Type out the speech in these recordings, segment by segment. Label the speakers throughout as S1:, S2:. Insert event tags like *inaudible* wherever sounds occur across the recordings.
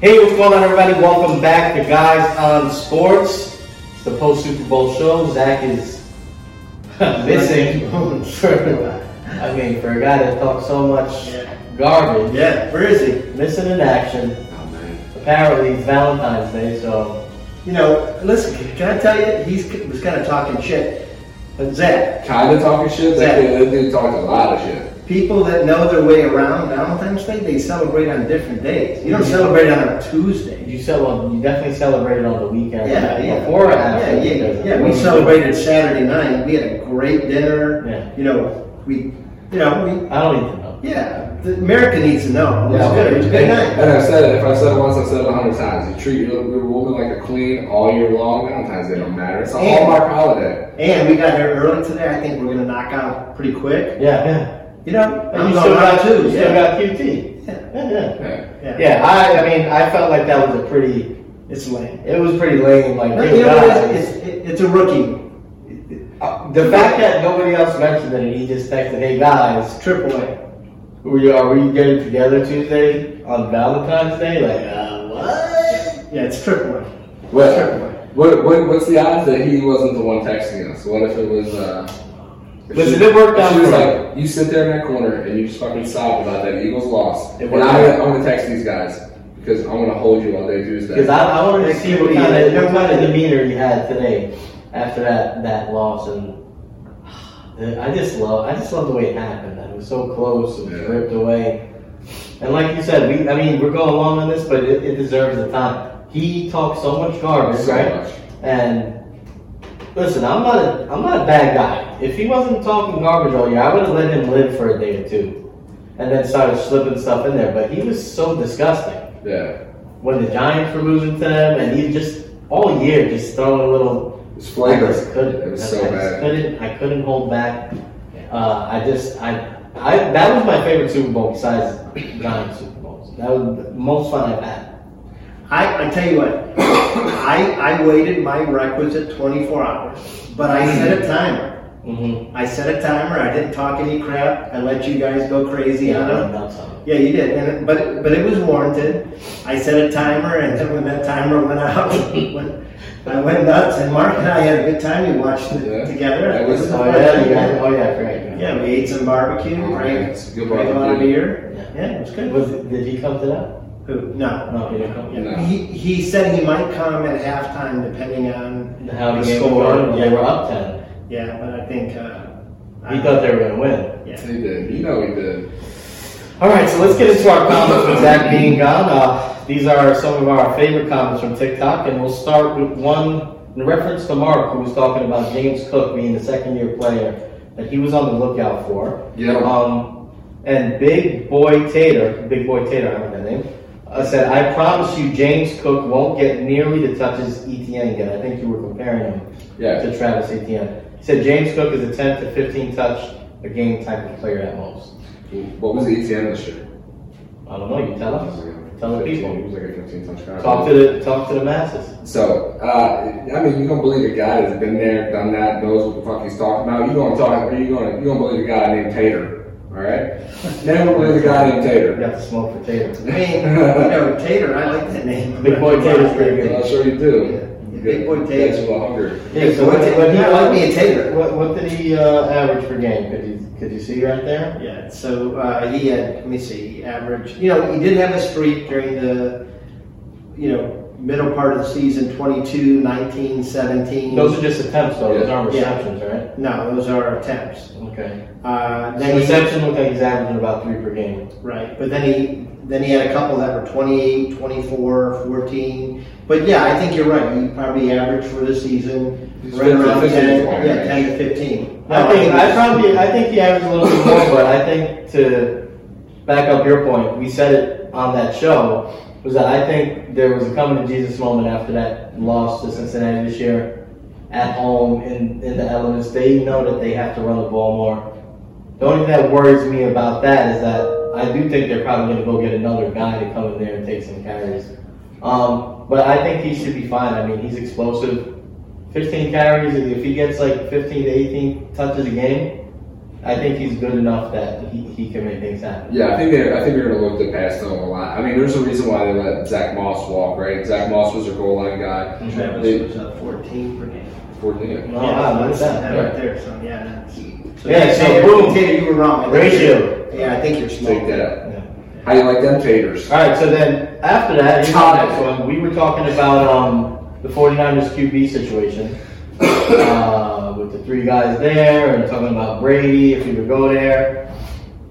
S1: Hey, what's going on, everybody? Welcome back to Guys on Sports. It's the post Super Bowl show. Zach is *laughs* missing. I mean, for a guy that talks so much
S2: Yeah.
S1: garbage,
S2: Yeah, where is he?
S1: missing in action.
S3: Oh man.
S1: Apparently, it's Valentine's Day, so
S2: You know, listen, can I tell you, he's was kind of talking shit. But Zach,
S3: Kinda talking shit. That
S2: Yeah.
S3: dude, that dude talks a lot of shit.
S2: people that know their way around Valentine's Day, they celebrate on different days. You don't
S1: Mhm.
S2: celebrate on a Tuesday.
S1: you cel- you definitely celebrated on the weekend
S2: Yeah, yeah.
S1: before or after.
S2: Yeah, yeah,
S1: because-
S2: yeah. We celebrated Saturday night. We had a great dinner.
S1: Yeah.
S2: You know, we, you know,
S1: I don't even know.
S2: we, yeah. The America needs to know. It was
S3: Yeah.
S2: good. It was a good night.
S3: And I've said it. If I've said it once, I've said it a hundred times. You treat your, your woman like a queen all year long. Valentine's Day don't matter. It's a
S2: And-
S3: hallmark holiday.
S2: And we got there early today. I think we're gonna knock out pretty quick.
S1: Yeah, yeah.
S2: You know,
S1: And you
S2: I'm
S1: still
S2: going
S1: got
S2: out too.
S1: you still
S2: Yeah.
S1: got QT.
S2: Yeah.
S1: Yeah, yeah.
S3: Yeah.
S1: Yeah, I, I mean, I felt like that was a pretty.
S2: It's lame.
S1: It was pretty lame. Like,
S2: No,
S1: good
S2: you know
S1: God.
S2: what? It's, it's, it's a rookie.
S1: Uh, the fact that nobody else mentioned it, and he just texted, "Hey guys,
S2: It's triple A.
S1: we are we getting together Tuesday on Valentine's Day?" Like, uh, what?
S2: Yeah, it's triple A.
S3: Well, what, what, what's the odds that he wasn't the one texting us? What if it was? Uh, if
S1: Listen,
S3: she-
S1: it worked
S3: if
S1: out
S3: She was
S1: for
S3: like, you sit there in that corner and you just fucking sob about that Eagles loss.
S1: It
S3: And
S1: worked
S3: I,
S1: out.
S3: I'm gonna text these guys because I'm gonna hold you all day Tuesday.
S1: Because I, I wanted to
S2: It
S1: see
S2: could
S1: what
S2: be
S1: kind of
S2: either.
S1: what kind of demeanor you had today after that that loss, and *sighs* uh, I just love I just love the way it happened. That it was so close and
S3: Yeah.
S1: ripped away. And like you said, we I mean we're going along on this, but it, it deserves the time. He talks so much garbage,
S3: so
S1: right?
S3: much.
S1: And listen, I'm not a I'm not a bad guy. If he wasn't talking garbage all year, I would have let him live for a day or two, and then started slipping stuff in there. But he was so disgusting
S3: Yeah.
S1: when the Giants were losing to them, and he just all year just throwing little.
S3: It's
S1: I
S3: flagrous.
S1: just couldn't.
S3: It was
S1: I
S3: so
S1: just
S3: bad.
S1: Couldn't I couldn't hold back. Uh, I just I. I, that was my favorite Super Bowl besides Giants Super Bowls. That was the most fun I've had.
S2: I, I tell you what, *coughs* I, I waited my requisite 24 hours, but I set a timer.
S1: Mm-hmm.
S2: I set a timer. I didn't talk any crap. I let you guys go crazy
S1: Yeah,
S2: on
S1: I
S2: it.
S1: know something.
S2: Yeah, you did, and, but but it was warranted. I set a timer, and then when that timer went out, *laughs* when- I went nuts. And Mark and I had a good time. We watched it
S3: Yeah.
S2: together.
S3: That was-
S1: Oh yeah, you guys. Oh yeah, great.
S2: Yeah, we ate some barbecue,
S3: Oh, yeah,
S2: drank,
S3: it's a good
S2: drank a lot of
S3: barbecue.
S2: beer.
S1: Yeah.
S2: Yeah, it was good.
S1: Was it, did he come to that?
S2: Who? No.
S1: No, he didn't come.
S2: Yeah.
S3: No.
S2: He, he said he might come at halftime, depending on.
S1: How the
S2: The
S1: game was
S2: score.
S1: going? They were up ten.
S2: Yeah, but I think. Uh,
S1: He
S2: I-
S1: thought they were going to win.
S2: Yeah.
S3: He did. You know he did.
S1: All right, so let's get into our comments with Zach being gone. Uh, these are some of our favorite comments from TikTok, and we'll start with one in reference to Mark, who was talking about James Cook being the second-year player that he was on the lookout for.
S3: Yeah.
S1: Um, and Big Boy Tater, Big Boy Tater, I remember that name, uh, said, I promise you James Cook won't get nearly the touches ETN get. I think you were comparing him
S3: Yeah.
S1: to Travis ETN. He said James Cook is a 10 to 15 touch a game type of player at most.
S3: What was the ETN this year?
S1: I don't know, you tell us. Tell the
S3: 15.
S1: people.
S3: He was like a 15 touch guy.
S1: Talk to the, talk to the masses.
S3: So, uh, I mean, you don't believe a guy that's been there, done that, knows what the fuck he's talking about. You don't talk. You don't. You don't believe a guy named Tater. All right.
S1: *laughs*
S3: Never believe a guy named
S1: We
S3: Tater.
S1: got the smoke for Tater.
S2: I mean, you
S3: *laughs*
S2: know, Tater, I like that name.
S1: Big Boy Tater's pretty good.
S3: I'm not sure you do.
S2: Yeah. Big boy Tater.
S3: That's a little hunger.
S2: Yeah, so what did,
S1: what he-
S2: yeah, I like me a Tater.
S1: What, what did he uh, average per game? Could you, could you see right there?
S2: Yeah, so uh, he had, let me see, he averaged, you know, he did have a streak during the, you know, middle part of the season 22, 19, 17.
S1: Those are just attempts, though. Those aren't
S2: Yeah.
S1: receptions, right?
S2: no, those are attempts.
S1: Okay.
S2: Uh,
S1: So
S2: then he,
S1: reception looked like he's averaging about three per game.
S2: right, but then he then he had a couple that were 28, 24, 14. But yeah, I think you're right. He probably averaged for the season
S3: He's
S2: right around
S3: 15,
S2: 10,
S3: 15,
S2: yeah,
S3: right?
S2: 10 to 15.
S1: I think
S2: No,
S1: I probably I think he averaged a little bit more, but I think to back up your point, we said it on that show was that I think there was a coming to Jesus moment after that loss to Cincinnati this year at home in, in the elements. They know that they have to run the ball more. The only thing that worries me about that is that I do think they're probably going to go get another guy to come in there and take some carries. Um, but I think he should be fine. I mean, he's explosive. 15 carries, and if he gets like 15 to 18 touches a game, I think he's good enough that he, he can make things happen.
S3: Yeah, I think they. I think they're going to look to pass them a lot. I mean, there's a reason why they let Zach Moss walk, right? Zach Moss was their goal line guy.
S2: Travis was up fourteen per game.
S3: Fourteen.
S1: Oh, wow, that's
S2: that
S1: that.
S2: right there, so yeah. that's- So
S1: Yeah, so
S2: Tater-
S1: boom.
S2: Tater, you were wrong.
S1: Ratio.
S2: Yeah, I think you're small.
S3: Take that out.
S1: Yeah.
S3: How you like them taters? *laughs*
S1: All right, so then after that, here's the next one. We were talking about um, the 49ers QB situation uh, with the three guys there and talking about Brady if he would go there.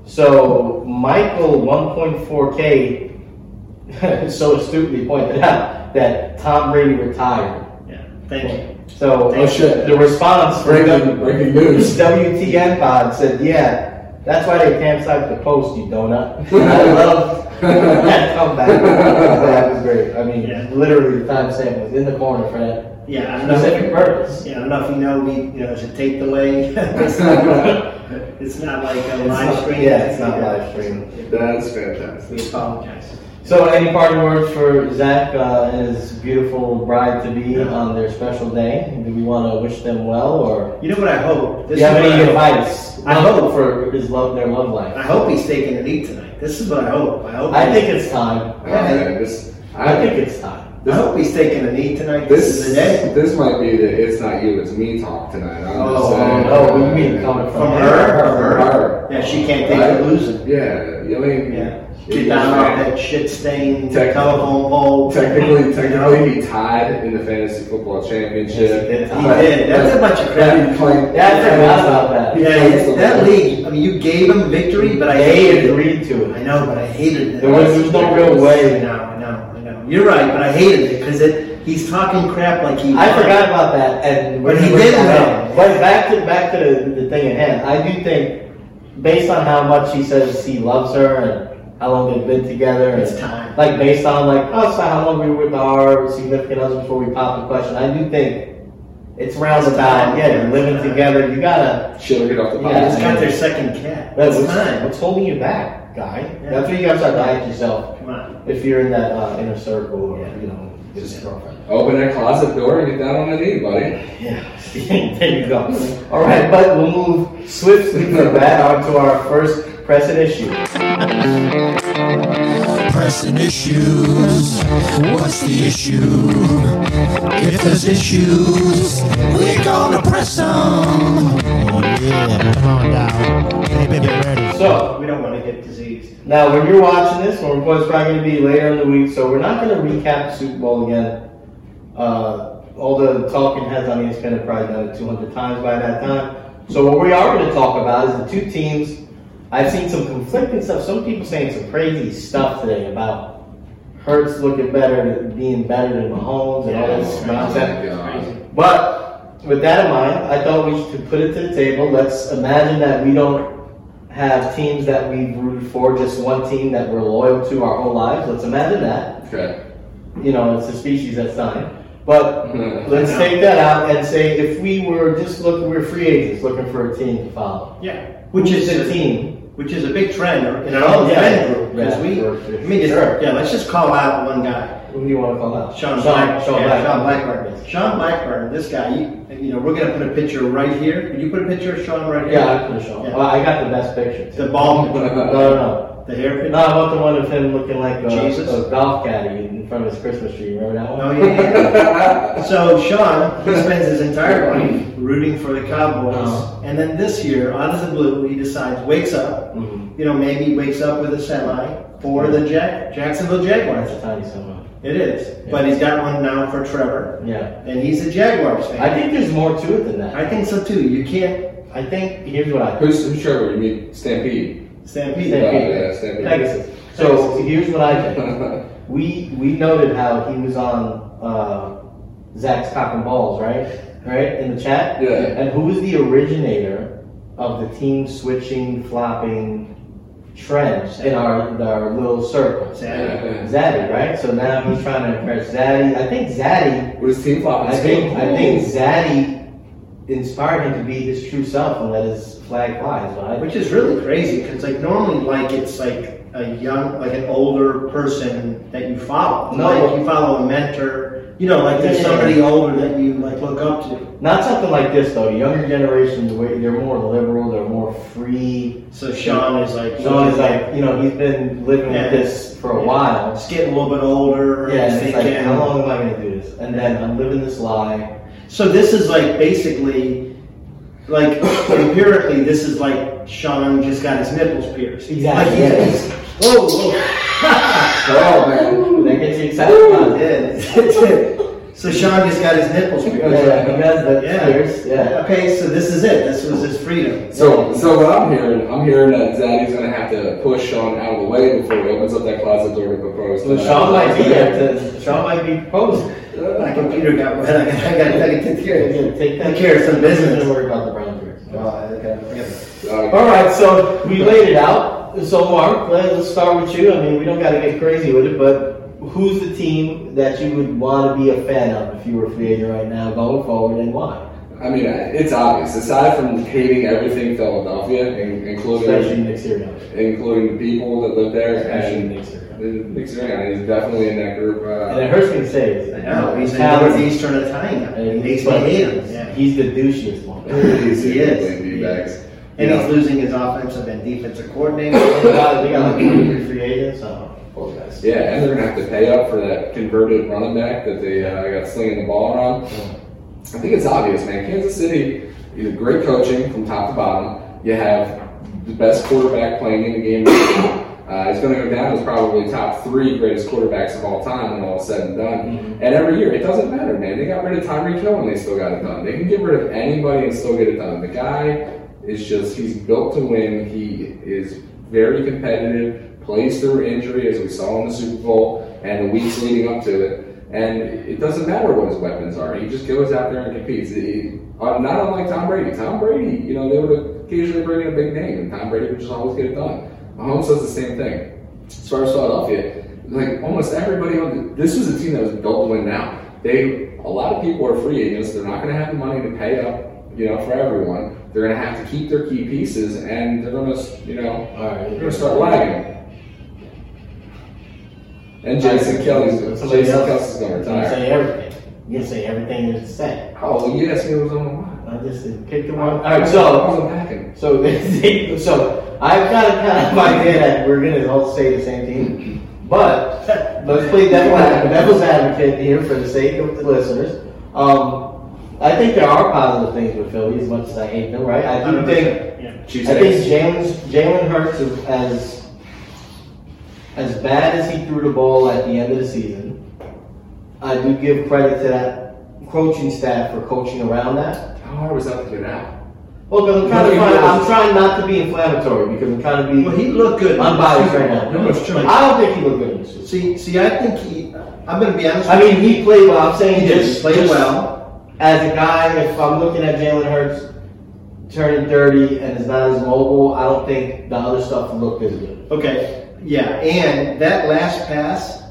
S1: So Michael 1.4K *laughs* so astutely pointed out that Tom Brady retired.
S2: Yeah, thank you.
S1: So
S2: Thank
S3: shit.
S1: the response from
S3: Breaking,
S1: *laughs* W-
S3: breaking news.
S1: WTN pod said, yeah, that's why they campsite the post, you donut. I love that comeback. That was great. I mean,
S2: Yeah.
S1: literally the time Sam was in the corner for that
S2: Yeah, I don't know.
S1: specific purpose.
S2: Yeah, I don't know if you know, we, you know, it's a tape delay.
S1: *laughs*
S2: It's *laughs* not like a live
S1: not-
S2: stream.
S1: yeah, it's not live stream.
S3: That's fantastic.
S2: We apologize.
S1: So, any parting words for Zach uh, and his beautiful bride to be on their special day? Do we want to wish them well, or
S2: You know what I hope?
S1: do
S2: This
S1: you have
S2: is what
S1: any
S2: I hope.
S1: advice?
S2: I hope-
S1: for his love, their love life.
S2: I hope he's taking a lead tonight. This is what I hope. I hope.
S1: I
S2: he-
S1: think it's time.
S3: Okay, this,
S1: I
S3: I,
S1: think it's time.
S2: I hope he's taking a knee tonight. This,
S3: this,
S2: is the day.
S3: this might be the it's not you, it's me talk tonight. I'm just
S2: Oh,
S3: saying.
S1: Oh, what do you mean coming from,
S2: From
S3: Her,
S2: her?
S3: her.
S2: Yeah, she can't take the losing.
S3: Yeah, you mean,
S2: Yeah.
S3: you
S2: Get down off
S3: can't-
S2: that shit stain,
S3: Technically-
S2: telephone pole.
S3: Technically, technically, he tied in the fantasy football championship.
S1: Yes, he did.
S2: He did. That's a bunch of crap.
S3: That he claimed-
S1: Yeah, I forgot about that.
S3: he
S2: Yeah,
S3: claimed
S2: it's-
S3: something.
S2: that league. I mean, you gave him victory, but I
S1: They
S2: hated it.
S1: agreed to
S2: I
S1: it.
S2: know, but I hated it.
S1: There was, there was no real
S2: I
S1: way.
S2: know, I know, I know. You're right, but I hated it because it. He's talking crap like he.
S1: I forgot about that, and
S2: But he
S1: we're-
S2: did
S1: we're-
S2: win.
S1: But back to back to the, the thing at hand. I do think, based on how much he says he loves her and how long they've been together, and
S2: It's time.
S1: like based on like oh, so how long we were with our significant others before we pop the question. I do think it's round about yeah, you're living together. You gotta
S3: Shit, will get off the
S1: Yeah.
S3: podcast.
S2: He's got their second cat.
S1: that's
S2: it's
S1: what's,
S2: time.
S1: what's holding you back, guy.
S2: Yeah.
S1: That's what you gotta start dying yourself
S2: Come on.
S1: if you're in that uh, inner circle or
S2: Yeah.
S1: you know his girlfriend.
S3: Open that closet door and get down on a knee, buddy.
S1: Yeah, *laughs* there you go. All right, but we'll move swiftly from that on to our first present issue.
S4: pressing issues. What's the issue? If there's issues, we're gonna press them. Oh yeah, come on now. Baby, get ready.
S1: So
S2: We don't want to get diseased.
S1: now, when you're watching this, when it's probably going to be later in the week, so we're not going to recap the Super Bowl again. Uh, all the talking heads on E ESPN have probably done it 200 times by that time. So what we are going to talk about is the two teams. I've seen some conflicting stuff. Some people saying some crazy stuff today about Hurts looking better, being better than Mahomes, and all this nonsense. But with that in mind, I thought we should put it to the table. Let's imagine that we don't have teams that we've rooted for, just one team that we're loyal to our whole lives. Let's imagine that.
S3: Okay. *laughs*
S1: You know, it's a species that's dying. But
S3: All
S1: let's take that out and say if we were just looking, we're free agents looking for a team to follow.
S2: Yeah.
S1: Which is a team.
S2: Which is a big trend in our own
S1: Oh, Yeah.
S2: friend group because
S1: Yeah,
S2: we.
S1: sure, sure.
S2: Let me just.
S1: Sure.
S2: Yeah, let's just call out one guy.
S1: Who do you want to call out?
S2: Sean,
S1: Sean,
S2: Black,
S1: Sean
S2: yeah,
S1: Black.
S2: Sean Blackburn. Sean Blackburn, this guy, you, you know, we're gonna put a picture right here. Could you put a picture of Sean right here?
S1: Yeah, I put Sean.
S2: Yeah.
S1: Well, I got the best picture.
S2: The ball picture,
S1: No, no, no.
S2: the hair picture.
S1: No, I want the one of him looking like a,
S2: Jesus.
S1: a golf caddy in front of his Christmas tree. Remember that one?
S2: Oh, yeah, yeah, *laughs* yeah. So Sean, he spends his entire life rooting for the Cowboys.
S1: Oh.
S2: And then this year, out of the blue, he decides, wakes up,
S1: Mm-hmm.
S2: you know, maybe he wakes up with a semi for the Jack, Jacksonville Jaguars.
S1: That's a tiny summer.
S2: It is. But he's got one now for Trevor.
S1: Yeah.
S2: And he's a Jaguars fan.
S1: I think there's more to it than that.
S2: I think so too. You can't
S1: I think, here's what I
S3: Who's who's Trevor? You mean Stampede?
S2: stampede.
S3: Uh,
S1: Stampede.
S3: yeah, Stampede.
S1: Pegasus. So here's what I think. We we noted how he was on uh, Zach's cock and balls, right? Right in the chat.
S3: Yeah.
S1: And who was the originator of the team switching, flopping trends in our our little circle?
S2: Sad.
S1: Zaddy, right? So now he's trying to impress Zaddy. I think Zaddy.
S3: What is team flopping?
S1: I think I think Zaddy inspired him to be his true self and let his flag fly. Is what I
S2: Which is really crazy because, like, normally, like, it's like a young, like an older person that you follow.
S1: No.
S2: Like, you follow a mentor. You know, like there's
S1: Yeah.
S2: somebody older that you like look up to.
S1: Not something like this though. The younger generation, the way they're more liberal, they're more free.
S2: So Sean is like,
S1: Sean is like, you know, he's been living
S2: Yeah.
S1: with this for a
S2: Yeah.
S1: while.
S2: it's getting a little bit older.
S1: Yeah,
S2: he's
S1: and it's like,
S2: thinking-
S1: how long am I going to do this? And then I'm living this lie.
S2: So this is like basically, like empirically, this is like Sean just got his nipples pierced.
S1: Exactly.
S2: Like he's, he's whoa, whoa.
S1: Oh, man. That gets you excited about it.
S2: Yeah, *laughs* that's it. So Sean just got his nipples
S1: Yeah,
S2: pierced.
S1: yeah, he does that.
S2: Yeah.
S1: Cheers. Yeah.
S2: Okay, so this is it. This was his freedom.
S3: So, so what I'm hearing, I'm hearing that Zaddy's gonna have to push Sean out of the way before he opens up that closet door to propose.
S1: So Sean might be there. To, Sean might be proposing.
S2: My computer got *laughs* wet. I got I got to take care of it.
S1: Take that
S2: Take care of some business.
S1: Don't worry about the brown drinks.
S3: Uh,
S1: All right, so we laid it out. So Mark, let- let's start with you. I mean, we don't got to get crazy with it, but who's the team that you would want to be a fan of if you were a free agent right now going forward, and why?
S3: I mean, it's obvious. Aside from hating everything Philadelphia, in-
S1: Especially
S3: including
S1: Nick Sirianni.
S3: including the people that live there,
S1: Especially
S3: and
S1: Nick Sirianni.
S3: Nick Sirianni is definitely in that group.
S1: And it
S3: Uh,
S1: hurts me to say this.
S2: I know. He's a
S1: Talented.
S2: northeastern Italian. He
S1: And-
S2: makes me
S1: but
S2: hate him. Yeah.
S1: He's the douchiest *laughs* one.
S3: he's
S2: He is.
S3: in D-backs.
S2: And
S3: You
S2: he's
S3: know,
S2: losing his offensive and defensive coordinator.
S1: they got they got, like three free agents. So.
S3: well, yeah, and they're gonna have to pay up for that converted running back that they uh, got slinging the ball around. I think it's obvious, man. Kansas City, you have great coaching from top to bottom. You have the best quarterback playing in the game. Right now. Uh, he's going to go down as probably top three greatest quarterbacks of all time when all is said and done. And every year, it doesn't matter, man. They got rid of Tyreek Hill and they still got it done. They can get rid of anybody and still get it done. The guy is just, he's built to win. He is very competitive, plays through injury, as we saw in the Super Bowl and the weeks leading up to it. And it doesn't matter what his weapons are. He just goes out there and competes. He- uh, not unlike Tom Brady. Tom Brady, you know, they would occasionally bring in a big name, and Tom Brady would just always get it done. Mahomes does the same thing. As far as Philadelphia, like almost everybody on the, this was a team that was built to win now. They a lot of people are free agents. They're not going to have the money to pay up, you know, for everyone. They're going to have to keep their key pieces, and they're going to, you know,
S1: All right.
S3: they're going to start lagging. And Jason Kelly's
S1: Somebody
S3: Jason
S1: else.
S3: Kelsey's going to
S1: You
S3: retire.
S1: say everything. You can say everything there's to say.
S3: Oh, you asked me what was on my
S1: I
S3: mind.
S1: just kicked the one. All right, so
S3: wasn't packing.
S1: so they, so *laughs* I've got a kind of idea that we're gonna all say the same thing, but let's play devil ad- devil's advocate here for the sake of the listeners. Um, I think there are positive things with Philly, as much as I hate them, right? I do think
S2: Yeah.
S3: Chiefs
S1: I think
S3: Saints.
S1: Jalen Jalen Hurts is as as bad as he threw the ball at the end of the season. I do give credit to that coaching staff for coaching around that.
S3: How hard was that to get out?
S1: Well, because I'm trying to find. I'm trying not to be inflammatory because I'm trying to be
S2: Well, he looked good.
S1: unbiased right now.
S2: No, it's true.
S1: I don't think he looked good in this. season.
S2: See, see, I think he. I'm going to be honest.
S1: I mean, he played well. I'm saying
S2: he
S1: just
S2: just played
S1: just
S2: well.
S1: as a guy. If I'm looking at Jalen Hurts turning 30 and is not as mobile, I don't think the other stuff looked as good.
S2: Okay. Yeah, and that last pass,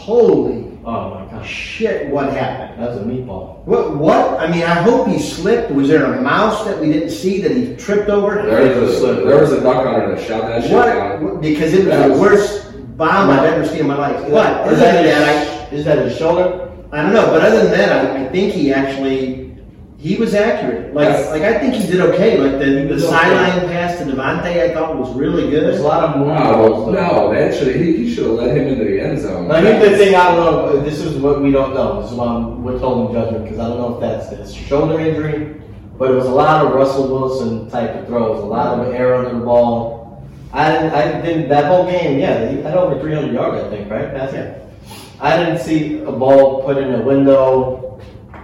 S2: holy
S1: Oh my gosh,
S2: shit! What happened?
S1: that was a meatball.
S2: What? What? I mean, I hope he slipped. Was there a mouse that we didn't see that he tripped over?
S3: There was, a, there was a duck on it that shot that shit down.
S2: What? Because it was
S3: That
S2: the
S3: was-
S2: worst bomb I've ever seen in my life.
S1: Is
S2: But
S1: that-
S2: other
S1: is that
S2: than
S1: his-
S2: that, I,
S1: is that his shoulder?
S2: I don't know, but other than that, I, I think he actually he was accurate. Like,
S3: Yes.
S2: like I think he did okay. Like the, the
S1: was okay.
S2: sideline pass to Devontae, I thought was really
S1: There's a
S2: good.
S1: lot of
S3: Oh,
S1: moonballs.
S3: no, that should he, he should have let him into the end zone.
S1: I think the thing I don't know, this is what we don't know. This is why I'm withholding judgment because I don't know if that's his shoulder injury, but it was a lot of Russell Wilson type of throws, a lot of air under the ball. I didn't, I didn't that whole game. Yeah, he had over 300 yards, I think, right? That's it. I didn't see a ball put in a window,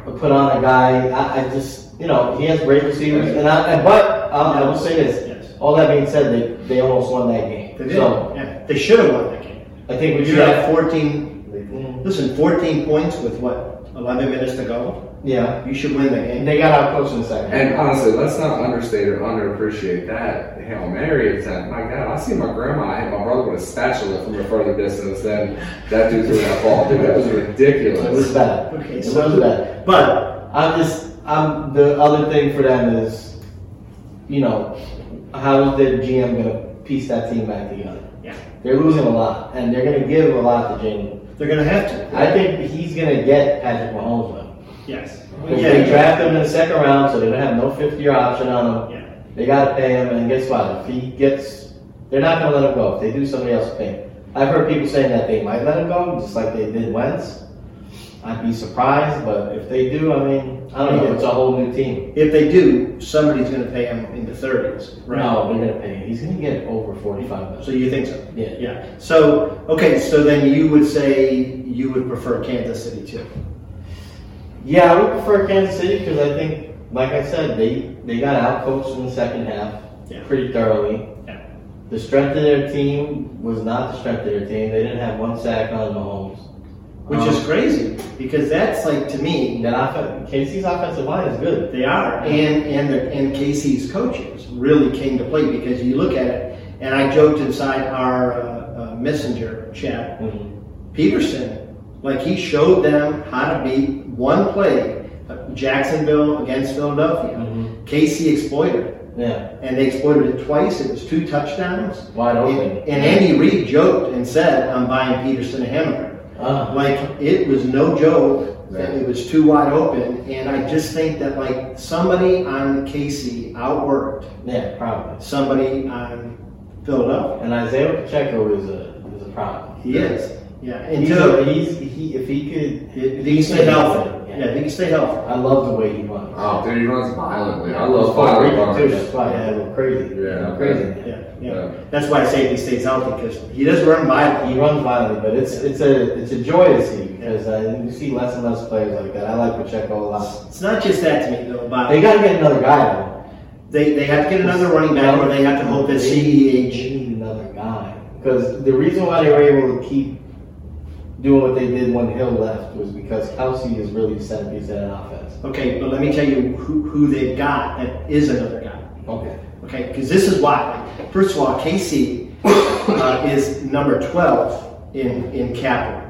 S1: or put on a guy. I, I just, you know, he has great receivers, and I, and- but um, I will say this.
S2: Yes.
S1: All that being said, they, they almost won that game.
S2: They did.
S1: So
S2: yeah. They should have won that game.
S1: I think we
S2: You
S1: should
S2: had
S1: have. mm,
S2: fourteen. Listen, fourteen points with what eleven minutes to go.
S1: Yeah,
S2: You should win the
S1: and
S2: game.
S1: they got out coached in the second. half.
S3: And honestly, let's not understate or underappreciate that Hail Mary attempt. My God, I see my grandma hit my brother with a spatula from a further distance than that dude threw that ball. Dude, that was
S1: It was
S3: ridiculous.
S1: bad.
S2: Okay,
S1: it
S2: so-
S1: was bad.
S2: But
S1: I'm just, I'm the other thing for them is, you know, how is their GM gonna piece that team back together?
S2: Yeah.
S1: They're losing a lot, and they're gonna give a lot to Jalen.
S2: They're going to have to.
S1: I think he's going to get Patrick Mahomes though.
S2: Yes.
S1: Because
S2: Yeah.
S1: they draft him in the second round, so they don't have no fifth year option on him.
S2: Yeah.
S1: They got to pay him, and guess what? If he gets, they're not going to let him go. If they do, somebody else will pay him. I've heard people saying that they might let him go, just like they did Wentz. I'd be surprised, but if they do, I mean, I don't know. It's a whole new team.
S2: If they do, somebody's going to pay him in the 30s, right?
S1: No, they're going to pay him. He's going to get over 45
S2: So
S1: million.
S2: you think so?
S1: Yeah.
S2: Yeah. So, okay, so then you would say you would prefer Kansas City too?
S1: Yeah, I would prefer Kansas City because I think, like I said, they, they got outcoached in the second half
S2: Yeah.
S1: pretty thoroughly.
S2: Yeah.
S1: The strength of their team was not the strength of their team. They didn't have one sack on Mahomes.
S2: Which is
S1: Uh-huh.
S2: crazy because that's like, to me,
S1: That off- Casey's offensive line is good.
S2: They are, and and the, and Casey's coaches really came to play because you look at it, and I joked inside our uh, uh, messenger chat,
S1: Mm-hmm.
S2: Peterson, like he showed them how to beat one play, uh, Jacksonville against Philadelphia. Casey exploited, it,
S1: Mm-hmm. Yeah,
S2: and they exploited it twice. It was two touchdowns.
S1: wide
S2: And,
S1: open.
S2: and Andy Reid joked and said, "I'm buying Peterson a hammer."
S1: Uh,
S2: Like it was no joke. that
S3: Right.
S2: It was too wide open, and I just think that like somebody on Casey outworked
S1: yeah, probably.
S2: somebody on Philadelphia.
S1: And Isaiah Pacheco is a is a problem.
S2: He is, yeah.
S1: He's,
S2: Until
S1: a, he's he if he could
S2: if he can stay healthy,
S1: Yeah.
S2: yeah, if he can stay healthy.
S1: I love the way he runs.
S3: Oh, dude, he runs violently. I
S1: He's
S3: love
S1: Puerto Rican
S3: violent
S1: too. That's
S3: runners.
S1: why I go crazy.
S3: Yeah.
S1: crazy.
S2: Yeah,
S3: Yeah.
S2: yeah. That's why I say if he stays healthy because he does run by.
S1: He runs violently, but it's it's a it's a joy to see because uh, you see less and less players like that. I like Pacheco a lot.
S2: It's not just that to me though,
S1: They
S2: Bob.
S1: got to get another guy though.
S2: They they have to get another running back, or they have to hope that
S1: They
S2: CEH.
S1: need another guy because the reason why they were able to keep doing what they did when Hill left was because Kelsey is really the centerpiece of that offense.
S2: Okay, but let me tell you who who they've got that is another guy.
S1: Okay.
S2: Okay, because this is why. First of all, Casey uh, is number 12 in, in capital.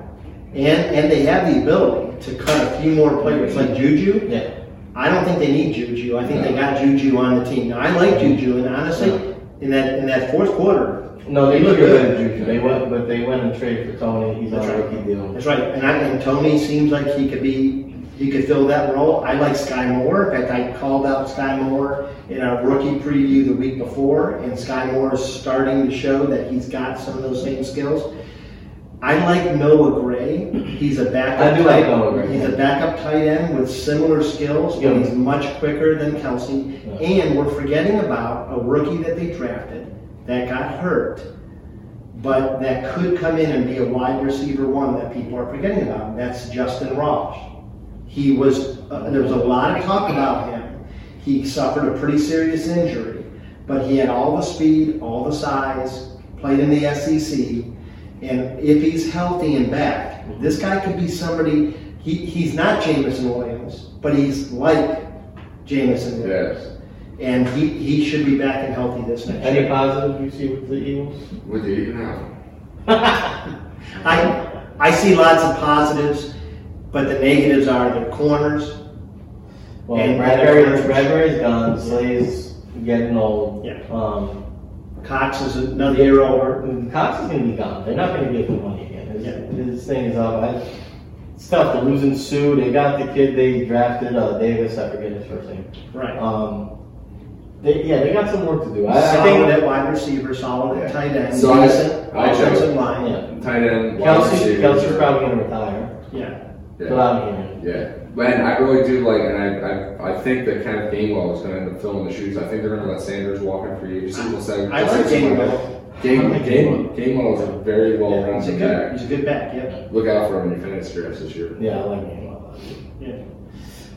S2: And, and they have the ability to cut a few more players, like Juju.
S1: Yeah.
S2: I don't think they need Juju. I think they got Juju on the team. Now, I like Juju, and honestly, in that in that fourth quarter,
S1: No, they
S2: They
S1: look
S2: look
S1: good.
S2: good.
S1: Juju. They went, but they went and traded for Tony. He's on
S2: That's
S1: a
S2: right.
S1: rookie deal.
S2: that's right. And I think Tony seems like he could be he could fill that role. I like Sky Moore. In fact, I called out Sky Moore in our rookie preview the week before, and Sky Moore is starting to show that he's got some of those same skills. I like Noah Gray. He's a backup.
S1: I do like
S2: tight-
S1: Noah Gray.
S2: He's a backup tight end with similar skills, but
S1: Yeah.
S2: he's much quicker than Kelsey.
S1: Yeah.
S2: And we're forgetting about a rookie that they drafted that got hurt, but that could come in and be a wide receiver one that people are forgetting about. and That's Justin Ross. He was uh, there was a lot of talk about him. He suffered a pretty serious injury, but he had all the speed, all the size. Played in the SEC. And if he's healthy and back, this guy could be somebody. He, he's not Jamison Williams, but he's like Jamison Williams. And he, he should be back and healthy this next
S1: Any
S2: year.
S1: positive you see with the Eagles? *laughs*
S3: Would you eat now?
S2: I, I see lots of positives, but the negatives are their corners.
S1: Well,
S2: And-
S1: Bradbury, Bradbury's gone. Slay's getting old.
S2: Yeah.
S1: Um,
S2: Cox is another year over.
S1: Cox is going to be gone. They're not going to give him money again. His,
S2: Yeah.
S1: his thing is up. I, it's tough. They're losing Sue. They got the kid they drafted, uh, Davis. I forget his first name.
S2: Right.
S1: Um, they, yeah, they got some work to do. I, I
S2: solid
S1: think.
S2: at wide receiver, solid at
S3: Yeah.
S2: tight end,
S3: So I-
S2: decent
S3: I check.
S2: offensive line.
S1: Yeah.
S3: Tight end. wide
S1: Kelsey,
S3: receiver.
S1: Kelsey's probably going to retire.
S2: Yeah.
S1: Yeah.
S3: Yeah.
S1: But I'm hearing.
S3: Yeah, but and I really do like, and I, I, I think that Kenneth Gainwell is going to end up filling the shoes. I think they're going to let Sanders walk in free agency. We'll say,
S2: I like Gainwell.
S3: Gainwell, Gainwell, Gainwell is a very well
S2: Yeah, he's a
S3: rounded
S2: good,
S3: back.
S2: he's a good back, yeah.
S3: Look out for him in your fantasy drafts this year.
S1: Yeah, I like him.
S2: yeah.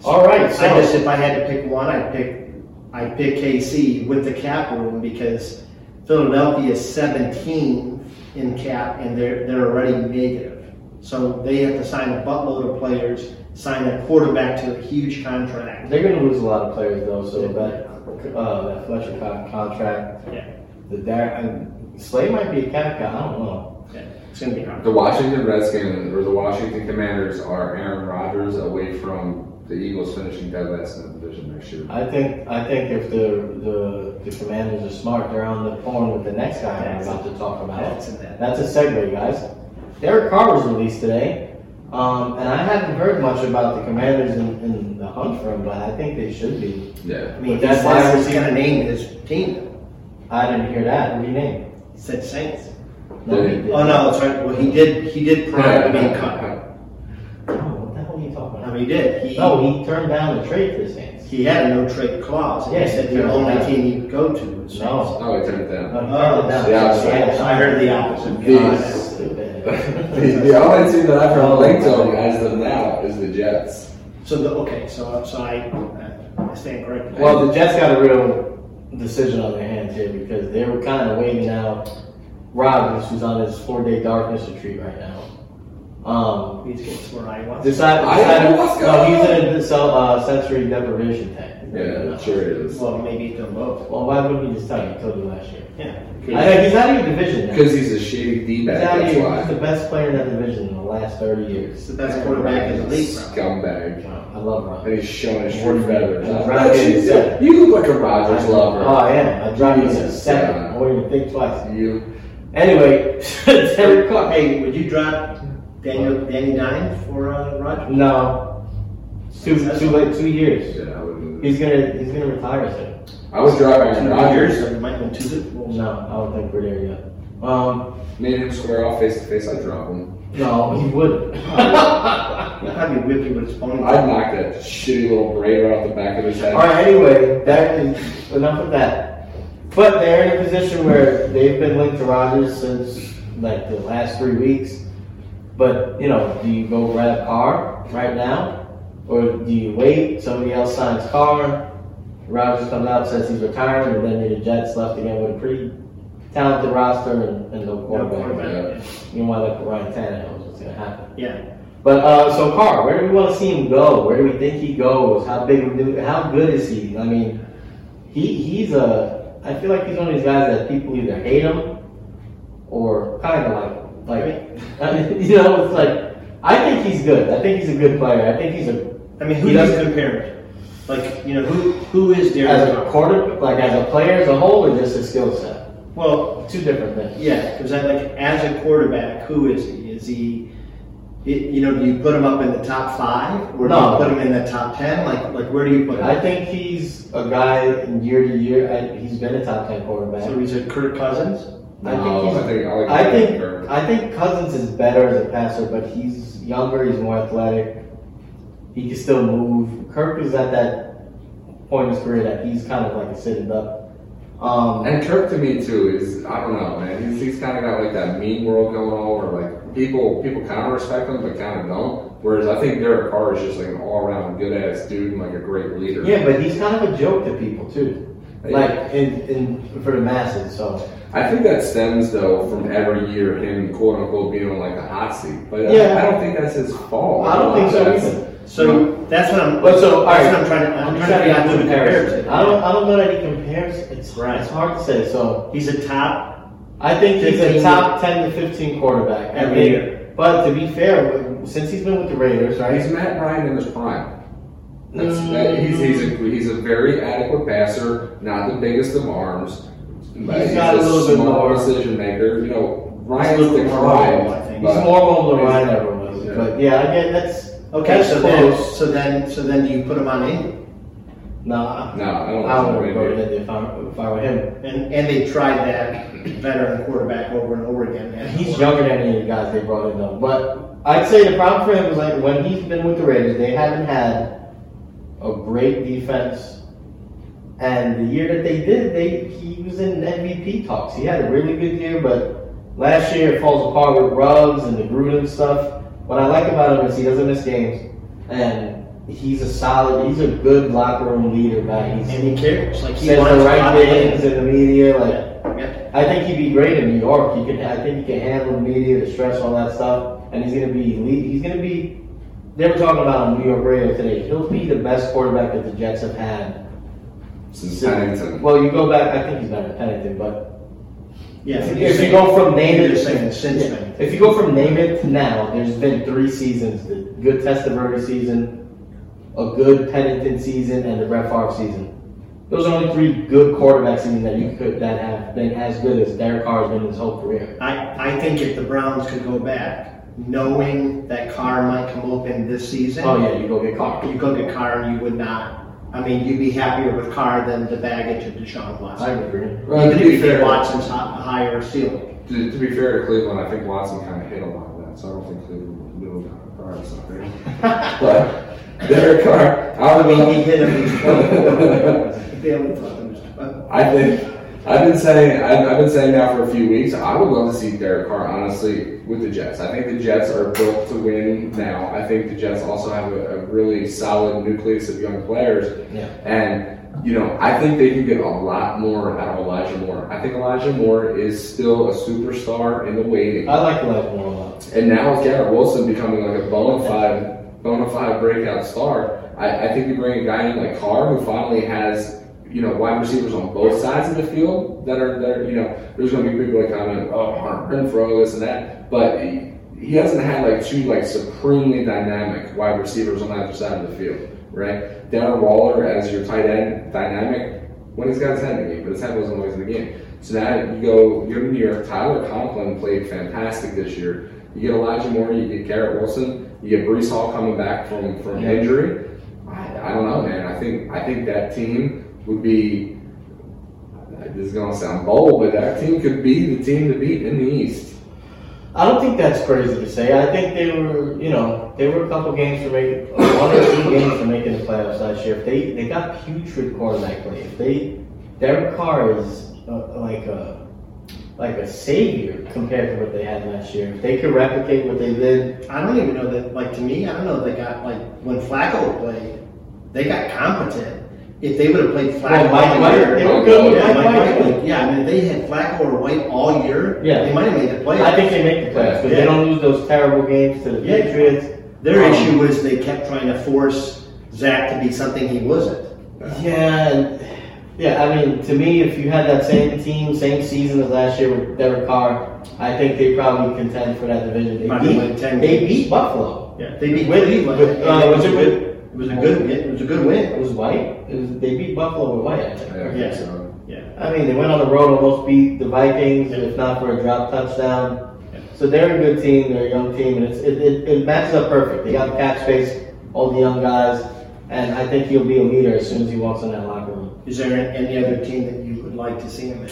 S1: All right, so
S2: I guess if I had to pick one, I'd pick I'd pick KC with the cap room because Philadelphia is 17 in cap and they're they're already negative. So they have to sign a buttload of players, sign a quarterback to a huge contract.
S1: they're going to lose a lot of players though. So that uh, that Fletcher con- contract,
S2: Yeah,
S1: the Dar- and Slay might be a cat guy. I don't know.
S2: yeah. It's gonna be hard.
S3: The Washington Redskins or the Washington Commanders are Aaron Rodgers away from the Eagles finishing dead last in the division next year.
S1: I think I think if the the, the commanders are smart, they're on the phone with the next guy I'm about to talk about.
S2: That's in that.
S1: That's a segue, guys. Derek Carr was released today, um, and I haven't heard much about the Commanders and, and the hunt for him, but I think they should be.
S3: Yeah.
S2: I mean,
S1: But that's
S2: that's why
S1: why
S2: he's
S1: we-
S2: gonna name his team.
S1: I didn't hear that. What do you name?
S2: He said Saints.
S1: No,
S3: Yeah.
S1: he didn't.
S2: Oh no, that's right. Well, he did. He did prior to
S3: *laughs*
S2: being cut.
S1: No, what the hell are you talking
S2: I
S1: about?
S2: mean, he did. He
S1: No, he turned down the trade for the Saints.
S2: he had a no trade clause. And he
S1: Yeah,
S2: said
S1: yeah.
S2: the only team he could go to was
S1: No.
S3: Oh, he turned it
S1: No,
S2: *laughs*
S3: down.
S1: he turned it down.
S3: The opposite.
S1: Yeah,
S2: I heard the opposite.
S3: The-
S1: God,
S2: God.
S1: that's stupid.
S3: *laughs* the, the only team that I've heard linked to him as of now is the Jets.
S2: So the okay, so so I I stand corrected.
S1: Well, the Jets got a real decision on their hands here because they were kind of waiting out Rodgers, who's on his four-day darkness retreat right now. Um,
S2: These kids were Iowa.
S1: decided,
S3: I
S1: decided
S3: don't know what's
S1: no,
S3: going
S1: he's
S3: on.
S1: in a cel- uh, sensory deprivation tank.
S3: Yeah, sure it is.
S2: Well, maybe they're both.
S1: Well, why wouldn't he just tell you? He told you last year.
S2: Yeah.
S1: I think he's out of your division. now.
S3: Because he's a shady D
S1: He's
S3: bag,
S1: out of
S3: that's
S1: your- he's the
S3: why.
S1: best player in that division in the last 30
S2: He's
S1: years.
S2: the best quarterback in the league. bro.
S3: Scumbag.
S1: I love Rodgers.
S3: And he's showing his short feathers.
S1: And Rodgers, yeah.
S3: You look like a Rogers lover.
S1: Oh, I am. I dropped him in
S3: Jesus,
S1: second.
S3: God.
S1: I wouldn't even think twice.
S3: You
S1: Anyway, *laughs* Derek Carr.
S2: Hey, would you drop Daniel Danny Dine for uh, Roger?
S1: No. Two, two, like, two years.
S3: yeah, I wouldn't
S1: He's gonna, he's gonna retire soon.
S3: I was driving Aaron Rodgers.
S2: Or might win two Super Bowls.
S1: No, I don't think we're there yet. Um,
S3: Me and him square off face to face, I'd drop him.
S1: no, he wouldn't.
S2: He'll probably whip you with his ponytail.
S3: I'd knock that shitty little braid right off the back of his head.
S1: All right. Anyway, that is enough of that. But they're in a position where they've been linked to Rodgers since like the last three weeks. But you know, do you go grab Carr right now, or do you wait? Somebody else signs Carr. Rodgers comes out, says he's retiring, and then you're the Jets left again with a pretty talented roster and, and no
S2: No
S1: quarterback.
S2: quarterback.
S1: You want to look at Ryan Tannehill, is what's going to happen.
S2: Yeah.
S1: But uh, so Carr, where do we want to see him go? Where do we think he goes? How big? of a dude- How good is he? I mean, he he's a. I feel like he's one of these guys that people either hate him or kind of like him. Like *laughs* I mean, you know, it's like I think he's good. I think he's a good player. I think he's a
S2: I mean, who
S1: He
S2: does
S1: doesn't-
S2: compare? to? Like, you know, who who is
S1: as
S2: Derek?
S1: a
S2: Carr?
S1: quarter, like as a player as a whole, or just his skill set.
S2: Well,
S1: Two different things.
S2: Yeah, because I like as a quarterback, who is he? Is he, i you know, do you put him up in the top five, or
S1: No.
S2: do you put him in the top ten? Like, like where do you put him?
S1: I think he's a guy in year to year. I, he's been a top ten quarterback. Um,
S2: so he's a Kirk Cousins.
S1: I think
S3: No,
S1: he's-
S3: I think I like
S1: I think
S3: Kirk.
S1: I think Cousins is better as a passer, but he's younger, he's more athletic, he can still move. Kirk is at that point in his career that he's kind of like a sitting duck. Um,
S3: And Kirk to me too is I don't know, man. He's, he's kind of got like that mean world going on, where like people people kind of respect him but kind of don't. Whereas I think Derek Carr is just like an all around good ass dude and like a great leader.
S1: yeah, but he's kind of a joke to people too,
S3: Yeah.
S1: like in, in for the masses. So
S3: I think that stems though from every year him quote unquote being on like the hot seat. But uh,
S1: Yeah.
S3: I, I don't think that's his fault.
S1: I don't think so
S3: Oh, That's-
S1: either.
S2: So that's what I'm.
S1: But so all
S2: that's
S1: right,
S2: what I'm trying to. I'm, trying, to get
S1: get
S2: who to compare
S1: comparison.
S2: to.
S1: I don't I don't know that he compares. It's
S2: Right.
S1: it's hard to say. So
S2: He's a top.
S1: I think he's a
S2: 15.
S1: top 10 to 15 quarterback. I
S2: Every
S1: think-
S2: year.
S1: But to be fair, since he's been with the Raiders, right?
S3: He's Matt Ryan in his prime. That's, that, he's, he's, a, he's a very adequate passer, not the biggest of arms, but
S1: He's
S3: he's,
S1: got
S3: a,
S1: a little bit
S3: small
S1: more-
S3: decision maker. You know,
S2: a
S3: Ryan's
S2: little
S3: the
S2: more
S3: prime.
S2: mobile, I think.
S1: He's
S3: but-
S1: more mobile than
S2: he's-
S1: Ryan ever was.
S3: yeah.
S1: But yeah, again, that's
S2: Okay,
S1: That's
S2: so
S1: close.
S2: then, so then, so then, do you put him on in?
S1: No, I,
S3: No, I don't
S1: I
S3: know.
S1: would go with Indy if I, if I were him.
S2: And and they tried that veteran quarterback over and over again.
S1: And he's younger than any of the guys they brought in though. But I'd say the problem for him is like when he's been with the Raiders, they haven't had a great defense. And the year that they did, they he was in MVP talks. He had a really good year, but last year it falls apart with Ruggs and the Gruden stuff. What I like about him is he doesn't miss games, and he's a solid, he's a good locker room leader guy. He's,
S2: and he cares. Like
S1: he
S2: he
S1: says
S2: wants
S1: the
S2: a
S1: right
S2: lot of
S1: things
S2: wins.
S1: in the media, like.
S2: Yeah.
S1: I think he'd be great in New York. He can, I think he can handle the media, the stress, all that stuff. And he's gonna be, elite. he's gonna be. They were talking about on New York radio today. He'll be the best quarterback that the Jets have had.
S3: Since
S1: since-
S3: Pennington.
S1: Well, you go back. I think he's better than Pennington, but
S2: Yeah.
S1: if, if you go from name
S2: you're
S1: it,
S2: saying since
S1: Yeah.
S2: then.
S1: if you go from name it to now, there's been three seasons: the good Testaverde season, a good Pennington season, and the Brett Favre season. Those are only three good quarterbacks even that you could that have been as good as Derek Carr has been his whole career.
S2: I, I think if the Browns could go back, knowing that Carr might come open this season,
S1: Oh yeah, you go get Carr.
S2: you go get Carr and you would not. I mean, you'd be happier with Carr than the baggage of Deshaun
S1: I
S2: Watson.
S1: agree.
S3: Well, to
S2: Even if
S3: be
S2: you get
S3: fair,
S2: Watson's hi- higher ceiling.
S3: to, to be fair to Cleveland, I think Watson kind of hit a lot of that, so I don't think Cleveland knew about it. All right, sorry. but Derek Carr, I
S2: I
S3: don't
S2: mean,
S3: know.
S2: he hit
S1: *laughs*
S2: him. He's
S3: *laughs*
S2: 12. They only thought him as 12.
S3: I think I've been saying I've, I've been saying now for a few weeks. I would love to see Derek Carr honestly with the Jets. I think the Jets are built to win now. I think the Jets also have a, a really solid nucleus of young players,
S1: Yeah.
S3: and you know I think they can get a lot more out of Elijah Moore. I think Elijah Moore is still a superstar in the waiting.
S1: I like Elijah Moore a lot.
S3: And now with Garrett Wilson becoming like a bona fide, bona fide breakout star, I, I think you bring a guy in like Carr who finally has you know wide receivers on both sides of the field that are that are you know there's going to be people like kind of oh Hunter Renfro this and that, but he, he hasn't had like two like supremely dynamic wide receivers on either side of the field, right? Darren Waller as your tight end dynamic when he's got his head in the game, but his head wasn't always in the game. So now you go, you're in New York. Tyler Conklin played fantastic this year. You get Elijah Moore, you get Garrett Wilson, you get Brees Hall coming back from from
S1: Yeah.
S3: injury. I, I don't know, man. I think I think that team would be. This is gonna sound bold, but that team could be the team to beat in the East.
S1: I don't think that's crazy to say. I think they were, you know, they were a couple games from making one or two games from making the playoffs last year. If they they got putrid quarterback play, if they Derek Carr is uh, like a like a savior compared to what they had last year. If they could replicate what they did,
S2: I don't even know that, like, to me, I don't know if they got, like, when Flacco played, they got competent. If they would have played
S1: well,
S2: Flacco
S1: Mike
S2: all
S1: White,
S2: year,
S1: they were good with
S2: yeah,
S1: Mike
S2: Mike
S1: White.
S2: White, yeah, I mean, they had Flacco or White all year.
S1: Yeah.
S2: They might have made the playoffs.
S1: I think they make the playoffs, but
S2: Yeah.
S1: they don't lose those terrible games to the
S2: Yeah.
S1: Patriots.
S2: Their
S1: Um,
S2: issue was they kept trying to force Zach to be something he wasn't.
S1: Yeah, and- yeah. I mean, to me, if you had that same team, same season as last year with Derek Carr, I think they probably contend for that division. They
S2: Probably
S1: beat,
S2: win 10
S1: they
S2: games.
S1: beat Buffalo.
S2: Yeah, they beat
S1: With-
S2: Cleveland.
S1: with, uh,
S2: and
S1: was it with-
S2: It was a good. win- It was a good win.
S1: It was White. It was, they beat Buffalo with White. I think.
S3: I think
S2: Yeah.
S3: so.
S2: Yeah.
S1: I mean, they went on the road, almost beat the Vikings, if not for a drop touchdown.
S2: Yeah.
S1: So they're a good team. They're a young team, and it's, it, it, it matches up perfect. They got the cap space, all the young guys, and I think he'll be a leader as soon as he walks in that locker room.
S2: Is there any other team that you would like to see him in?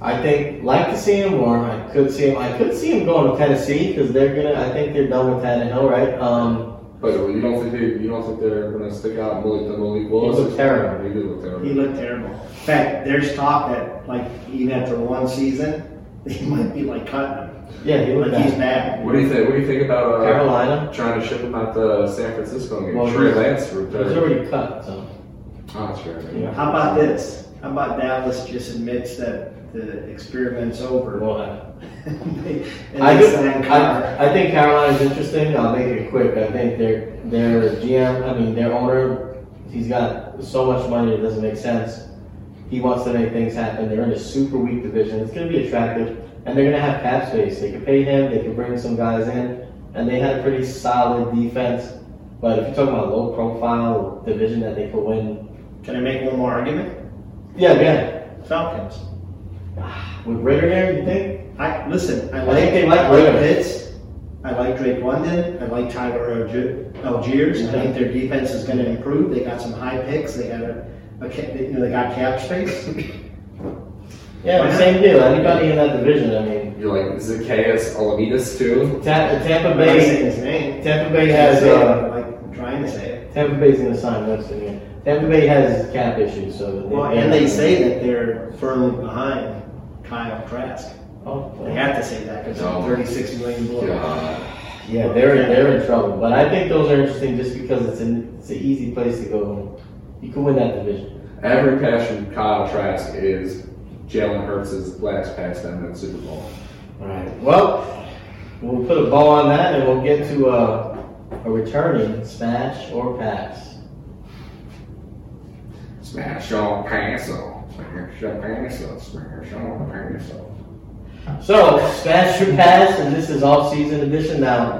S1: I think like to see him more. I could see him. I could see him going to Tennessee because they're gonna. I think they're done with Tannehill, right? Um,
S3: But you don't think they, you don't think they're gonna stick out Malik the Malik Willis?
S1: looked terrible.
S3: He did look terrible.
S2: He looked terrible. In fact, there's talk that like even after one season, *laughs* they might be like cutting him.
S1: yeah, he
S2: Like
S1: looked
S2: he's
S1: bad.
S2: bad.
S3: What do you think? What do you think about uh,
S1: Carolina.
S3: trying to ship him out to San Francisco and get
S1: Well,
S3: Trey
S1: he's-
S3: Lance for
S1: He was
S3: third?
S1: already cut, so
S3: Oh, that's right.
S1: Yeah.
S2: How about this? How about Dallas just admits that the experiment's
S1: we
S2: over?
S1: won't have.
S2: and
S1: I,
S2: *laughs* they "Uh, sign
S1: think,
S2: Carr.
S1: I, I think Carolina's interesting. I'll make it quick. I think their their GM, I mean their owner, he's got so much money it doesn't make sense. He wants to make things happen. They're in a super weak division. It's going to be attractive, and they're going to have cap space. They can pay him. They can bring some guys in, and they had a pretty solid defense. But if you're talking about low profile division that they could win,
S2: Can I make one more argument?
S1: yeah, yeah.
S2: Falcons.
S1: With Ritter there, you think?
S2: I listen.
S1: I
S2: I like
S1: think they like
S2: I like
S1: Ritter.
S2: Pitts. I like Drake London. I like Tyler Algier- Algiers. I think their defense is going to improve. They got some high picks. They got a, a ca- you know, they got cap
S3: *laughs*
S2: space.
S1: Yeah,
S2: Why not?
S1: same deal. Anybody in that division, I mean,
S3: You like Zacchaeus Olavidas too?
S1: Ta- Tampa
S2: I'm not saying
S1: Bay.
S2: his name.
S1: Tampa Bay
S2: I'm
S1: has.
S2: saying,
S1: Uh,
S2: like I'm trying to say it.
S1: Tampa Bay's going to sign Winston here. Tampa Bay has cap issues, so. they-
S2: Well, and they say that they're firmly behind Kyle Trask.
S1: Oh,
S2: They have to say that because
S3: No.
S2: thirty-six million below.
S3: God.
S1: yeah, they're they're in trouble. But I think those are interesting just because it's an it's an easy place to go. You can win that division.
S3: Every pass from Kyle Trask is Jalen Hurts' last pass down in the Super Bowl.
S1: All right. Well, we'll put a ball on that, and we'll get to a, a returning smash or pass.
S3: Smash on Paso. Smash on Paso. Smash on Paso.
S1: So, smash your pass, and this is off-season edition. Now,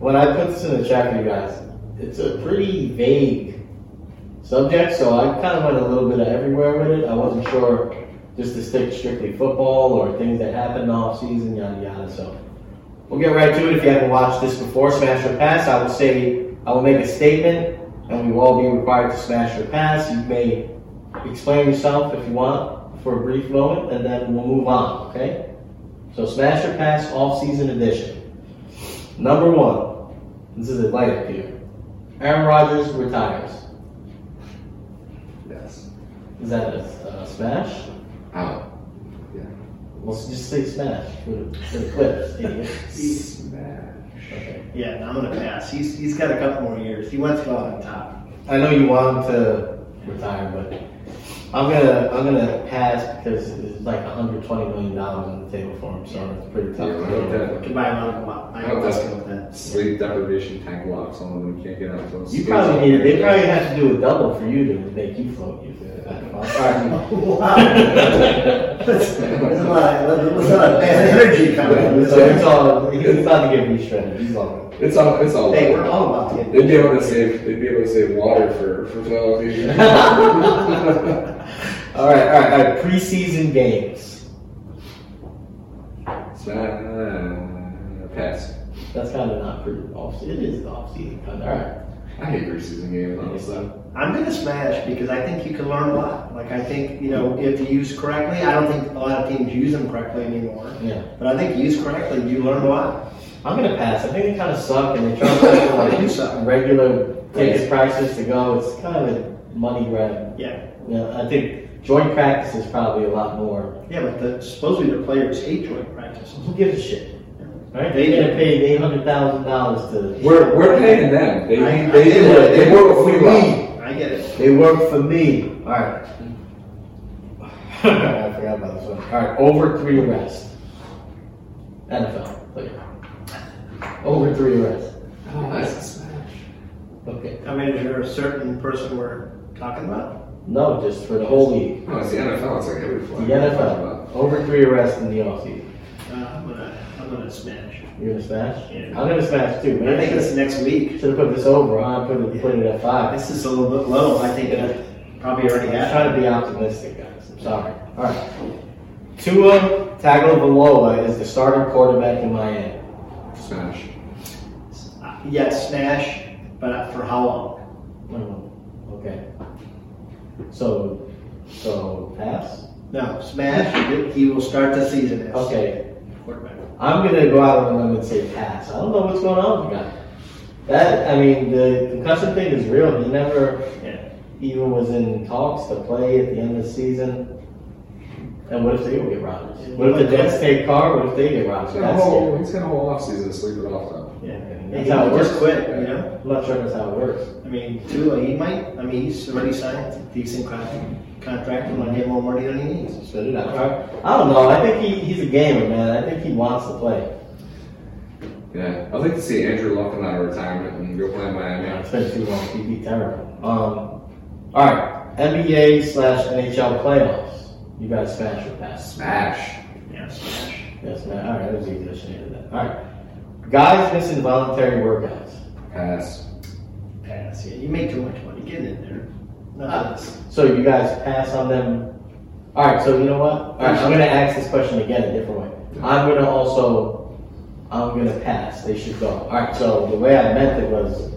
S1: when I put this in the chat for you guys, it's a pretty vague subject, so I kind of went a little bit of everywhere with it. I wasn't sure just to stick strictly football or things that happened off season, yada yada. So we'll get right to it. If you haven't watched this before, smash or pass. I will say I will make a statement, and we will all be required to smash or pass. You may explain yourself if you want for a brief moment, and then we'll move on. Okay? So smash or pass off season edition. Number one. This is a light up here. Aaron Rodgers retires.
S3: Yes.
S1: Is that a, a smash?
S3: Out.
S1: Well, just say smash for the, for the clips, idiot.
S3: Smash.
S1: Okay.
S2: Yeah, and I'm gonna pass. He's, he's got a couple more years. He wants to go out on top.
S1: I know you want him to retire, but I'm gonna I'm gonna pass because it's like 120 million dollars on the table for him, so it's pretty tough.
S3: Yeah,
S1: to
S3: right,
S1: do.
S3: okay.
S2: Goodbye, Monica. Wow. I
S3: Oh,
S2: hope that's
S3: that's-
S2: good with that.
S3: Sleep deprivation tank locks on them. You can't get out. till it's-
S1: You probably need they probably have to do a double for you to make you float. You feel that. All
S2: *laughs*
S1: *laughs*
S2: Wow. That's a lot, that's a lot of bad energy coming
S1: right.
S2: from
S1: So it's
S2: this.
S1: all he's not to give me shredded. He's all
S3: It's all. It's all.
S2: Hey, we're all about to
S3: They'd
S2: get.
S3: be able to save. They'd be able to save water for for twelve years.
S1: all right, all right, all right. Preseason games.
S3: Smash. uh, Pass.
S1: That's kind of not pretty off. It is off season. All right.
S3: I hate preseason games. Honestly.
S2: I'm gonna smash because I think you can learn a lot. Like I think you know if you use correctly. I don't think a lot of teams use them correctly anymore.
S1: Yeah.
S2: But I think used correctly, you learn a lot.
S1: I'm gonna pass. I think they kind of suck, and *laughs* they try to play for
S2: They do
S1: like
S2: suck.
S1: regular ticket prices to go. It's kind of a money grab.
S2: Yeah.
S1: Yeah, I think joint practice is probably a lot more.
S2: Yeah, but the, supposedly the players hate joint practices.
S1: Who gives a shit? Right? They get paid eight hundred thousand dollars to.
S3: We're we're paying them. They
S2: I- I
S3: they
S2: get
S3: do
S2: it.
S3: it. They work for
S1: me.
S3: me.
S2: I get it.
S1: They work for me. All right. *laughs* I forgot about this one. All right, over three arrests. NFL player. Over three arrests.
S3: Oh, that's a smash.
S1: Okay.
S2: I mean, is there a certain person we're talking about?
S1: No, just for the whole league.
S3: Oh, it's the NFL. It's like every
S1: The
S3: flag.
S1: NFL. Over three arrests in the offseason.
S2: Uh, I'm gonna, I'm gonna smash.
S1: You're gonna smash?
S2: Yeah.
S1: I'm gonna smash too,
S2: I
S1: man.
S2: think it's next week.
S1: Should have put this over, huh? I put it, put it at five.
S2: This is a little bit low. I think it probably already
S1: I'm
S2: happened.
S1: trying to be optimistic, guys. I'm sorry. All right. Tua Tagovailoa is the starting quarterback in Miami.
S3: Smash.
S2: Uh, Yeah, smash, but for how long?
S1: Mm, Okay. So, so pass.
S2: No, smash. He will start the season as
S1: Okay.
S2: quarterback.
S1: I'm gonna go out on a limb and say pass. I don't know what's going on with the guy. That I mean, the concussion thing is real. He never
S2: Yeah.
S1: even was in talks to play at the end of the season. And what if they don't get Rodgers? What if the Jets take Carr? What if they get Rodgers?
S3: He's got a
S1: That's
S3: whole.
S1: it.
S3: He's got a whole offseason to sleep it off though.
S2: Yeah.
S1: That's
S2: he
S1: how it
S2: just
S1: works.
S2: quit, you know?
S1: I'm not sure that's how it works.
S2: I mean, Tua, he might, I mean, he's already signed a decent con- contract, and might get more money than he needs.
S1: Spit it out. I don't know. I think he, he's a gamer, man. I think he wants to play.
S3: Yeah. I'd like to see Andrew Luck come out of retirement and go play in Miami.
S1: It's been too long. He'd be terrible. Um, all right. NBA slash NHL playoffs. You guys smash or pass?
S3: Smash.
S2: Yeah, smash.
S1: Yes, man. All right. That was easy. I should have that. All right. Guys missing voluntary workouts.
S3: Pass.
S2: Pass. Yeah, you make too much money. Get in there. Nothing.
S1: So you guys pass on them. All right. So you know what? All right. I'm gonna ask this question again a different way. I'm gonna also. I'm gonna pass. They should go. All right. So the way I meant it was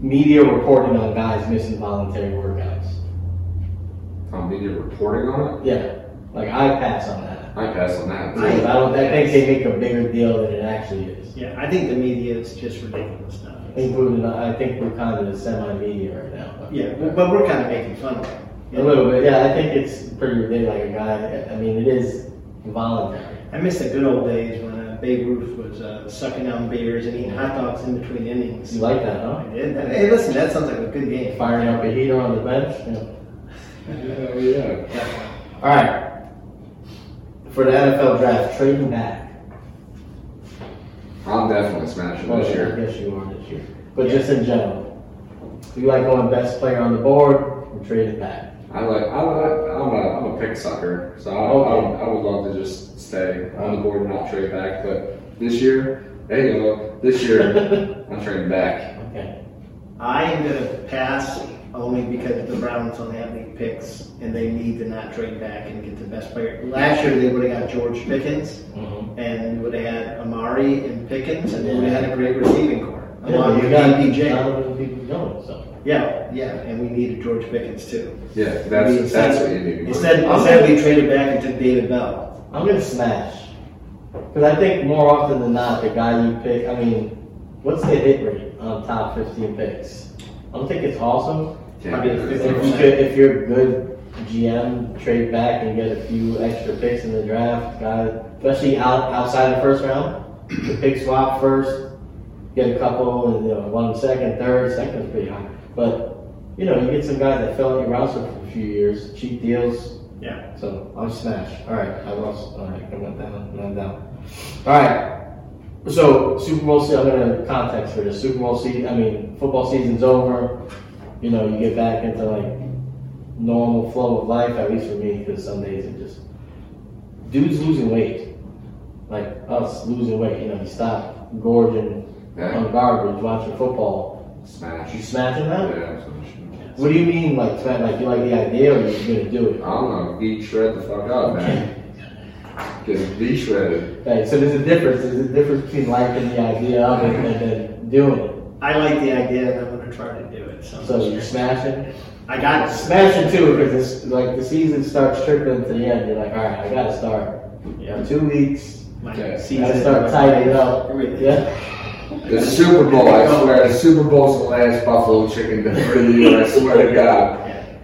S1: media reporting on guys missing voluntary workouts.
S3: Tom Dean, you're reporting on it.
S1: Yeah. Like I pass on that.
S3: I pass on that.
S1: I don't. I think they make a bigger deal than it actually is.
S2: yeah, I think the media is just ridiculous now.
S1: Including, I think we're kind of the semi-media right now. But
S2: Yeah, but- but we're kind of making fun of it.
S1: A little bit. Yeah. I think it's pretty big. Like a guy. I mean, it is voluntary.
S2: I miss the good old days when uh, Babe Ruth was uh, sucking down beers and eating hot dogs in between innings.
S1: You like that, huh?
S2: I did. Hey, listen, that sounds like a good game.
S1: Firing up a heater on the bench. Yeah.
S3: Yeah, yeah.
S1: All right. For the NFL draft, trading back.
S3: I'm definitely smashing
S1: Well,
S3: this year.
S1: I guess you are this year, but just in general, you like going best player on the board and trading back.
S3: I like. I like. I'm a. I'm a pick sucker. So I,
S1: Okay.
S3: I, I would love to just stay on the board and not trade back. But this year, there
S1: *laughs*
S3: you
S1: Mm-hmm.
S3: go. This year, I'm trading back.
S1: Okay.
S2: I am going to pass only because the Browns don't have any picks and they need to not trade back and get the best player. Last year they would have got George Pickens and would have had Amari and Pickens and they would have had a great receiving core. Along
S1: Yeah, you
S2: with
S1: got
S2: DPJ.
S1: Donovan people going, so.
S2: Yeah, yeah, and we needed George Pickens too.
S3: Yeah,
S2: We
S3: that's
S2: instead-
S3: that's what you need. to
S2: Instead, instead we traded back and took David Bell.
S1: I'm gonna smash. Cause I think more often than not, the guy you pick, I mean, what's the hit rate on top fifteen picks? I don't think it's awesome.
S3: Yeah.
S1: I mean, if you could, if you're a good GM, trade back and get a few extra picks in the draft, guy, especially out, outside the first round, the pick swap first, get a couple and, you know, one second, third, second's pretty high. But, you know, you get some guys that fell in your roster for a few years, cheap deals,
S2: Yeah.
S1: so I'm smashed. All right, I lost. All right, I went down. I went down. All right. So Super Bowl season. I'm gonna context for this. Super Bowl season. I mean, football season's over. You know, you get back into like normal flow of life. At least for me, because some days it just dudes losing weight, like us losing weight. You know, you stop gorging on
S3: Yeah,
S1: garbage, watching football.
S3: smash.
S1: You smashing
S3: Yeah,
S1: that?
S3: smash.
S1: What do you mean, like, smash- like you like the idea, or you're gonna do it?
S3: I don't know. Be shred the fuck up, man. Get be shredded.
S1: Right, so there's a difference. There's a difference between liking the idea of it and then doing it.
S2: I like the idea and I'm gonna try to do it. So,
S1: So you're smashing,
S2: I got it.
S1: smashing too, because it's like the season starts trickling to the end. You're like, all right, I gotta start. You have two weeks.
S2: My
S3: Okay.
S1: Gotta start tightening it up.
S2: Everything.
S1: Yeah.
S3: The Super Bowl, I swear. The Super Bowl's the last buffalo chicken dinner of the year. I swear to God.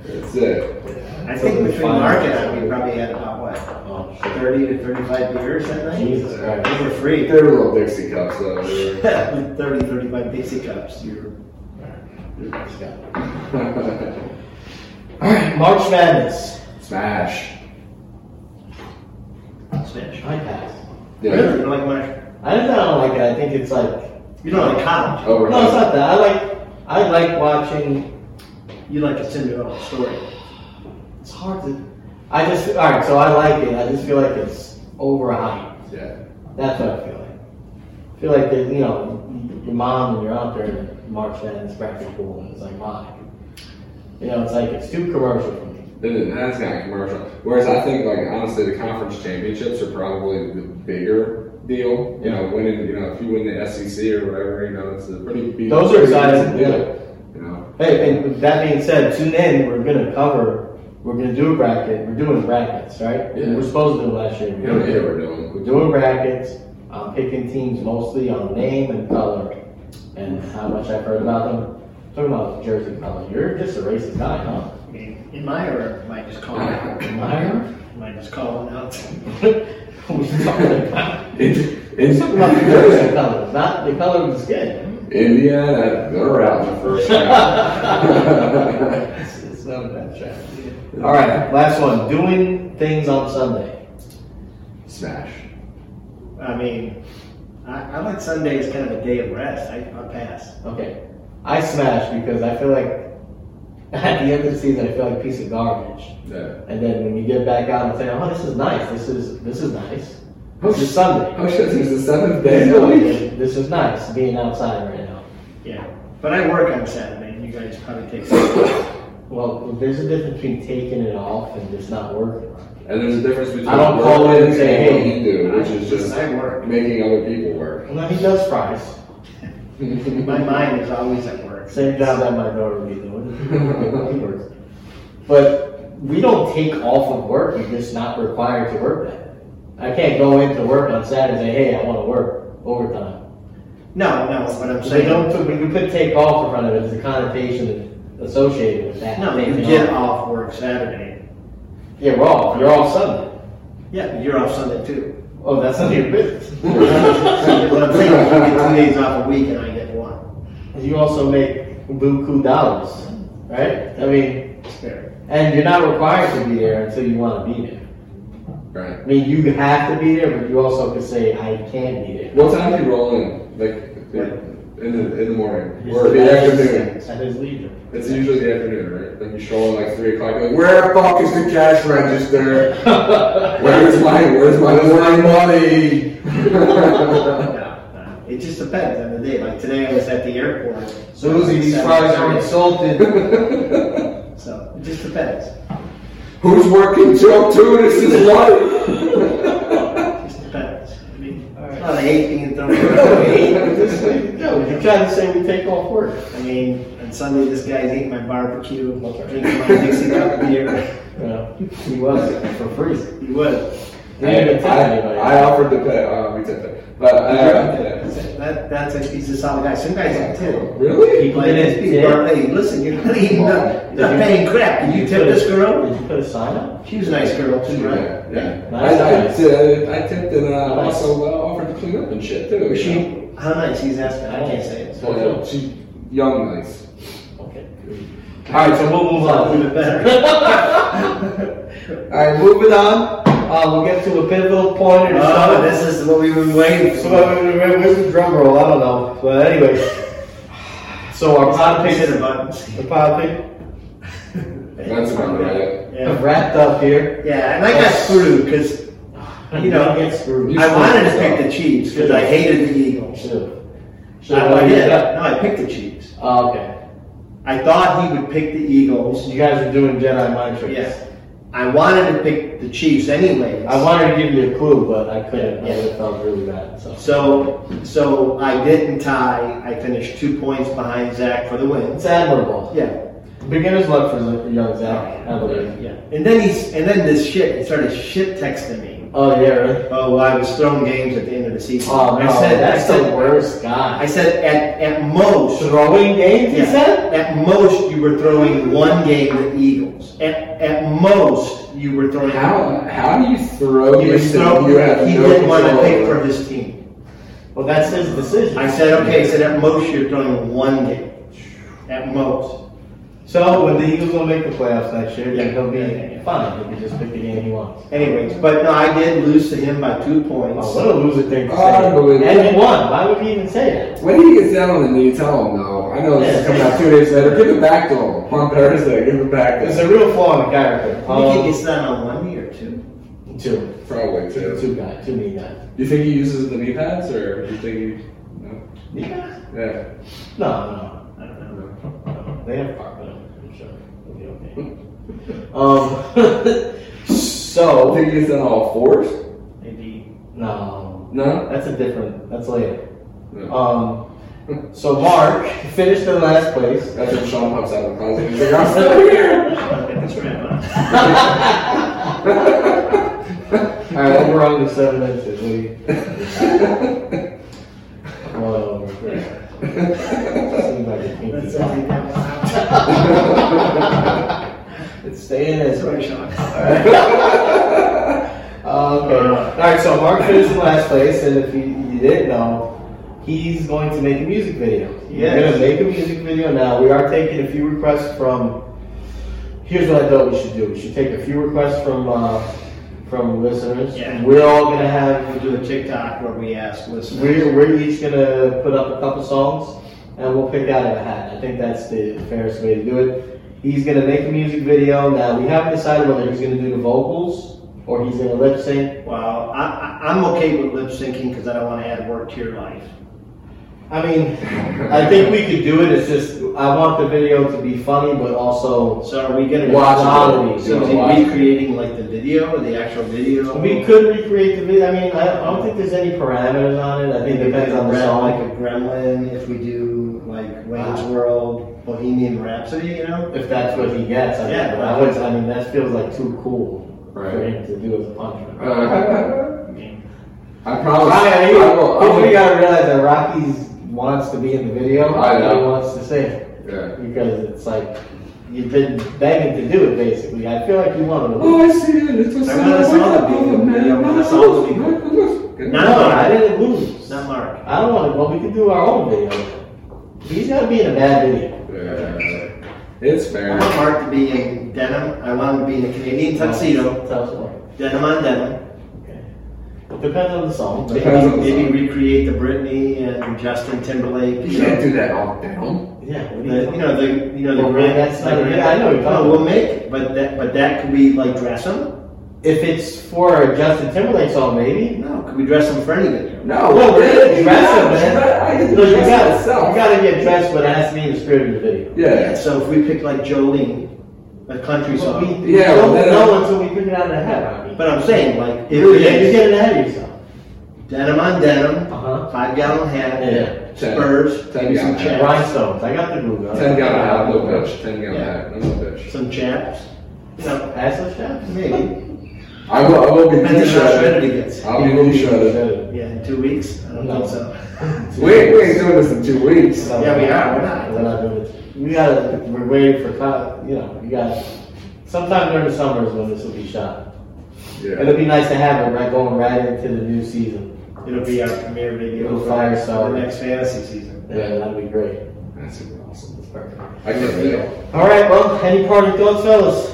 S3: That's it.
S2: I think between Mark and I, we probably had about what,
S1: Oh, shit.
S2: thirty to thirty-five beers that night?
S1: Jesus Christ.
S2: Those were free. *laughs*
S3: They were little Dixie cups though. *laughs* They were-
S2: Thirty, thirty-five Dixie cups, you're.
S1: March Madness.
S3: Smash.
S2: Smash.
S1: I passed.
S3: Yeah.
S2: Really? You like my,
S1: I don't know, like I think it's like
S2: you don't like college,
S1: no,
S3: Over.
S1: it's not that. I like I like watching.
S2: you like a Cinderella story.
S1: It's hard to. I just all right. So I like it. I just feel like it's overhyped.
S3: Yeah.
S1: That's what I feel like. I feel like that, you know, your mom and you're out there in March Madness practice pool and it's like, why? You know, it's like it's too commercial for me.
S3: It is, that's kind of commercial. Whereas I think, like honestly, the conference championships are probably the bigger deal. You know, winning. You know, if you win the SEC or whatever, you know, it's a pretty. Big,
S1: Those are exciting.
S3: Yeah. You know.
S1: Hey, and with that being said, tune in. We're gonna cover. We're gonna do a bracket. We're doing brackets, right?
S3: Yeah.
S1: We're supposed to do it last year.
S3: You know, yeah, we're doing.
S1: We're doing brackets. I'm picking teams mostly on name and color and how much I've heard about them. Talking about jersey color, you're just a racist guy, huh?
S2: I mean, in my or am I just calling out?
S3: In, *laughs*
S1: Myron?
S2: Am I just calling out?
S1: *laughs* what are you talking about? *laughs* Talking about the
S3: *laughs*
S1: jersey
S3: in,
S1: colors, not the color of the skin. *laughs*
S3: Indiana, they're out in the first round.
S1: *laughs* It's not a bad track. All right, last one. Doing things on Sunday.
S3: Smash.
S2: I mean, I, I like Sunday as kind of a day of rest, I, I pass.
S1: Okay, I smash because I feel like *laughs* at the end of the season I feel like a piece of garbage,
S3: Yeah.
S1: and then when you get back out and say, "Oh, this is nice. This is this is nice. This is Sunday.
S3: Oh shit! There's the seventh day
S1: This
S3: of the week.
S1: is, this is nice being outside right now."
S2: Yeah, but I work on Saturday, and you guys probably take some.
S1: Well, there's a difference between taking it off and just not working.
S3: And there's a difference between
S1: I don't call
S3: working
S1: in and say,
S3: what
S1: "Hey."
S3: you do, which is just
S2: I work.
S3: making other people
S1: *laughs*
S3: work.
S1: And then he does fries.
S2: My mind is always at work.
S1: Same job that my daughter would be doing. *laughs* but we don't take off of work. You're just not required to work that. I can't go into work on Saturday. Hey, I want to work overtime.
S2: No, no, what I'm
S1: So you
S2: saying.
S1: don't. When you put take off in front of it, there's a connotation associated with that.
S2: No, you
S1: Taking
S2: get
S1: off.
S2: off work Saturday.
S1: Yeah, we're off. You're off Sunday.
S2: Yeah, but you're off Sunday too. *laughs*
S1: Oh, that's none of your business. *laughs*
S2: What I'm saying is you get two days off a week and I get one.
S1: You also make buku dollars, right? I mean,
S2: It's fair.
S1: and you're not required to be there until you want to be there.
S3: Right.
S1: I mean, you have to be there, but you also could say, I can't be there.
S3: What time do you roll in? Like in the in the morning or the
S1: At his-
S3: afternoon?
S1: At his leisure.
S3: It's usually the afternoon, right? Like you show in like three o'clock. Like where the fuck is the cash
S1: *laughs*
S3: register?
S1: *laughs*
S3: *laughs* Where's my where's my where's my money?
S2: No, no. uh, It just depends on the day. Like today, I was at the airport. so
S1: Susie, these fries are insulted.
S2: So it just depends.
S3: *laughs* Who's working till two? This
S1: *laughs*
S3: is life.
S2: Just depends. I mean,
S1: Alright.
S2: I hate being *laughs* thrown around.
S1: No, you're trying to say we take off work.
S2: I mean, on Sunday, this guy's eating my barbecue, drinking my Dixie cup of *laughs* beer.
S1: Yeah, he was for free.
S2: He would.
S1: They didn't even tell anybody.
S3: I offered to pay. Uh, we did that. But uh,
S2: That, that's a, he's a solid guy. Some guys have two.
S3: really,
S1: People didn't
S2: Like,
S1: tip.
S2: people are, hey, listen, you're not eating, you're not paying crap. Can you tip
S1: put a-
S2: this girl?
S1: Did you put a sign up?
S2: She was a nice girl too, right?
S3: yeah, yeah.
S1: Nice,
S3: I, I,
S1: nice.
S3: did- I tipped and uh,
S1: Nice.
S3: also uh, offered to clean up and shit too.
S2: Was
S3: you
S2: she? How nice? He's asking. I can't say it.
S3: know? Uh, she young, nice.
S1: Okay.
S3: All right, so
S1: We'll move
S2: Well,
S1: on.
S2: even better.
S1: All right, moving on. Uh, we'll get to a pivotal point in the
S2: Oh, this is what we've been waiting
S1: So
S2: for.
S1: uh, where's the drum roll? I don't know. But anyway, so our pod picks
S2: Consider
S1: the
S2: buttons.
S1: pod pick
S3: that's about right.
S2: Yeah.
S1: wrapped up
S2: *laughs*
S1: here.
S2: Yeah, and I got screwed because You know,
S1: get screwed.
S3: you-
S2: I wanted to pick the Chiefs because I hated the Eagles.
S1: Should
S2: No, I did. No, I picked the Chiefs.
S1: Oh, okay.
S2: I thought he would pick the Eagles.
S1: So you guys are doing Jedi mind tricks.
S2: Yes. I wanted to pick the Chiefs anyways.
S1: I wanted to give you a clue, but I couldn't.
S2: Yeah.
S1: I felt really bad. So.
S2: So, so I didn't tie. I finished two points behind Zach for the win.
S1: It's admirable.
S2: Yeah,
S1: Beginner's luck for the young Zach, I believe.
S2: yeah. And then he's and then this shit. He started shit texting me.
S1: Oh, yeah, really?
S2: Oh, I was throwing games at the end of the season.
S1: Oh,
S2: I
S1: no,
S2: said
S1: that's
S2: I said,
S1: the worst guy.
S2: I said at at most.
S1: Throwing games, he
S2: Yeah.
S1: said?
S2: At most, you were throwing one game at Eagles. At, at most, you were throwing.
S3: How how do you throw?
S2: He was
S3: this and
S2: throwing.
S3: you have
S2: he
S3: no
S2: didn't want to
S3: control
S2: pick
S3: over
S2: for
S3: it?
S2: his team.
S1: Well, that's his decision.
S2: I said, okay. I said at most you're throwing one game. At most.
S1: So when the Eagles will make the playoffs next year, then he'll be
S2: Yeah, yeah, yeah.
S1: fine. He can just pick the game he wants.
S2: Anyways, but no, I did lose to him by two points.
S1: Oh, what a loser thing to say.
S3: Unbelievable.
S1: And he won. Why would he even say that?
S3: When he gets down on the knee, tell him no. I know this is coming out two days later. Give it back to him on Thursday. Give it back to
S1: It's
S3: him.
S1: a real flaw in the character.
S2: I
S3: Oh.
S2: think he
S1: Um,
S2: gets down on one knee or two.
S1: two,
S3: Probably too.
S1: two guy, two knee guy.
S3: You think he uses the knee pads, or you think he? No.
S1: Knee guys?
S3: Yeah.
S1: No, no, I don't know. They have carpet. I'm sure they'll be okay. Um, *laughs*
S3: You
S1: so
S3: think he gets down on all fours?
S2: Maybe.
S1: no,
S3: No.
S1: that's a different. That's later.
S3: no.
S1: Um, so Mark finished in last place.
S3: That's when Sean pops out of the closet. He's like, I'm
S2: *laughs*
S3: still here.
S2: That's *laughs* right.
S3: All right.
S1: we're on to seven inches. We well,
S2: That's
S1: it's
S2: only that one.
S1: staying as
S2: That's right, Sean.
S3: *laughs*
S1: Uh, okay. All right. So Mark finished in last place, and if you, you didn't know, he's going to make a music video. We're
S2: Yes.
S1: going to make a music video now. We are taking a few requests from. Here's what I thought we should do. We should take a few requests from uh, from listeners.
S2: Yeah.
S1: We're all going to have
S2: We'll do a TikTok where we ask listeners.
S1: We're, we're each gonna put up a couple songs and we'll pick out of a hat. I think that's the fairest way to do it. He's gonna make a music video. Now we haven't decided whether he's gonna do the vocals or he's gonna lip sync.
S2: Well, I, I, I'm okay with lip syncing because I don't want to add work to your life.
S1: I mean, I think we could do it. It's just I want the video to be funny, but also
S2: So are we gonna
S1: Watch
S2: Wow.
S1: it.
S2: So is he
S3: Watch it.
S2: recreating like the video or the actual video?
S1: we could recreate the video. I mean, I, I don't think there's any parameters on it. I think it depends on the
S2: Gremlin,
S1: song. Ah.
S2: Like a gremlin, if we do like Wayne's World, Bohemian Rhapsody, you know?
S1: If that's what he gets, I
S2: Yeah.
S1: mean, I, would, I mean that feels like too cool for
S3: Right.
S1: him to do as a punishment.
S3: Uh, I promise.
S1: Ryan,
S3: I will- I will-
S1: you, you gotta realize that Rocky's wants to be in the video.
S3: I know.
S1: He wants to sing
S3: Yeah.
S1: because it's like you've been begging to do it. Basically, I feel like you want to.
S3: Oh, I see it. It's what's
S2: I remember the song that we- I remember the
S3: Oh,
S2: song that we-
S3: man.
S2: Not-
S1: No, I didn't lose.
S2: Not Mark.
S1: I don't want to. Well, we can do our own video. He's gotta be in a bad video.
S3: Uh, It's
S2: I
S3: fair.
S2: want Mark to be in denim. I want him to be in a Canadian tuxedo,
S1: Tough one.
S2: denim on denim.
S1: Depends on the song. but-
S3: Depends
S2: Maybe,
S3: on the song.
S2: maybe recreate the Britney and Justin Timberlake.
S3: You
S2: You know,
S3: can't do that all down.
S1: Yeah. what do
S2: The, you know the you know the
S1: Well,
S2: grand.
S1: that's
S2: the
S1: not a
S2: grand-
S1: good- I know you're
S2: No,
S1: talking
S2: we'll make, it, but that but that could be like dress 'em.
S1: If it's for a Justin Timberlake song, maybe.
S2: No, could we dress him for anything?
S3: No,
S1: Well, we're gonna
S3: Oh, really,
S1: dress
S3: no,
S1: up, man.
S3: I didn't
S1: Look, you
S3: dress
S1: gotta,
S3: myself.
S1: you gotta get dressed, but it has to be in the spirit of the video.
S3: Yeah.
S2: So if we picked like Jolene, a country
S1: But we,
S2: song.
S1: we
S3: Yeah,
S1: don't
S3: well, then-
S1: know until we pick it out of the hat. I mean,
S2: But I'm saying like if
S1: you're,
S2: we
S1: you're
S2: get
S1: getting ahead of yourself.
S2: denim on denim,
S1: Uh-huh.
S2: five gallon hat,
S1: Yeah.
S2: spurs,
S3: Ten
S2: maybe some
S3: gallon hat.
S2: chaps,
S1: Rhinestones. I got the Google.
S3: Ten gallon hat, no bitch. Ten gallon
S2: Yeah.
S3: hat, no bitch.
S2: some chaps, you know,
S1: Assless chaps? *laughs*
S2: maybe.
S3: I will, I will be
S2: And then how shredded
S3: shredded.
S2: he gets.
S3: I'll be really shredded.
S1: Good.
S2: Yeah, in two weeks. I don't
S1: No.
S2: think so.
S3: We ain't, we ain't doing this in two weeks.
S1: So-
S2: Yeah, we are. We're not.
S1: We're not doing it. We gotta. We're waiting for. co- You know, you got. Sometime during the summers when this will be shot.
S3: Yeah.
S1: It'll be nice to have it right going right into the new season.
S2: It'll be our premiere video
S1: Little
S2: for
S1: fire starter.
S2: the next fantasy season.
S1: Yeah, that'd be great.
S3: That's super awesome. That's perfect. I can feel.
S1: All right. Well, any party thoughts, fellas?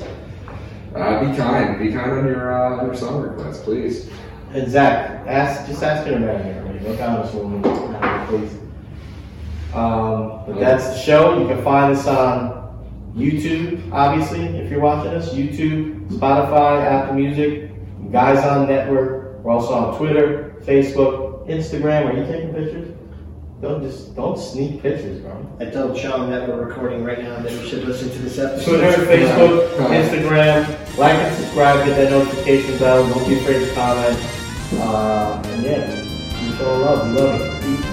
S3: Uh, be kind. Be kind on your uh, your song requests, please.
S1: And Zach, ask. Just ask him around here. Already. Look on this woman, please. Um, but that's the show. You can find us on YouTube, obviously, if you're watching us. YouTube, Spotify, Apple Music, Guys on Network. We're also on Twitter, Facebook, Instagram. Are you taking pictures? Don't just don't sneak pictures, bro.
S2: I told Sean that we're recording right now and that we should listen to this episode.
S1: Twitter, Facebook, Instagram. Like and subscribe. Get that notification um, bell. Don't be afraid to comment. Uh, and yeah, you show love. We love it.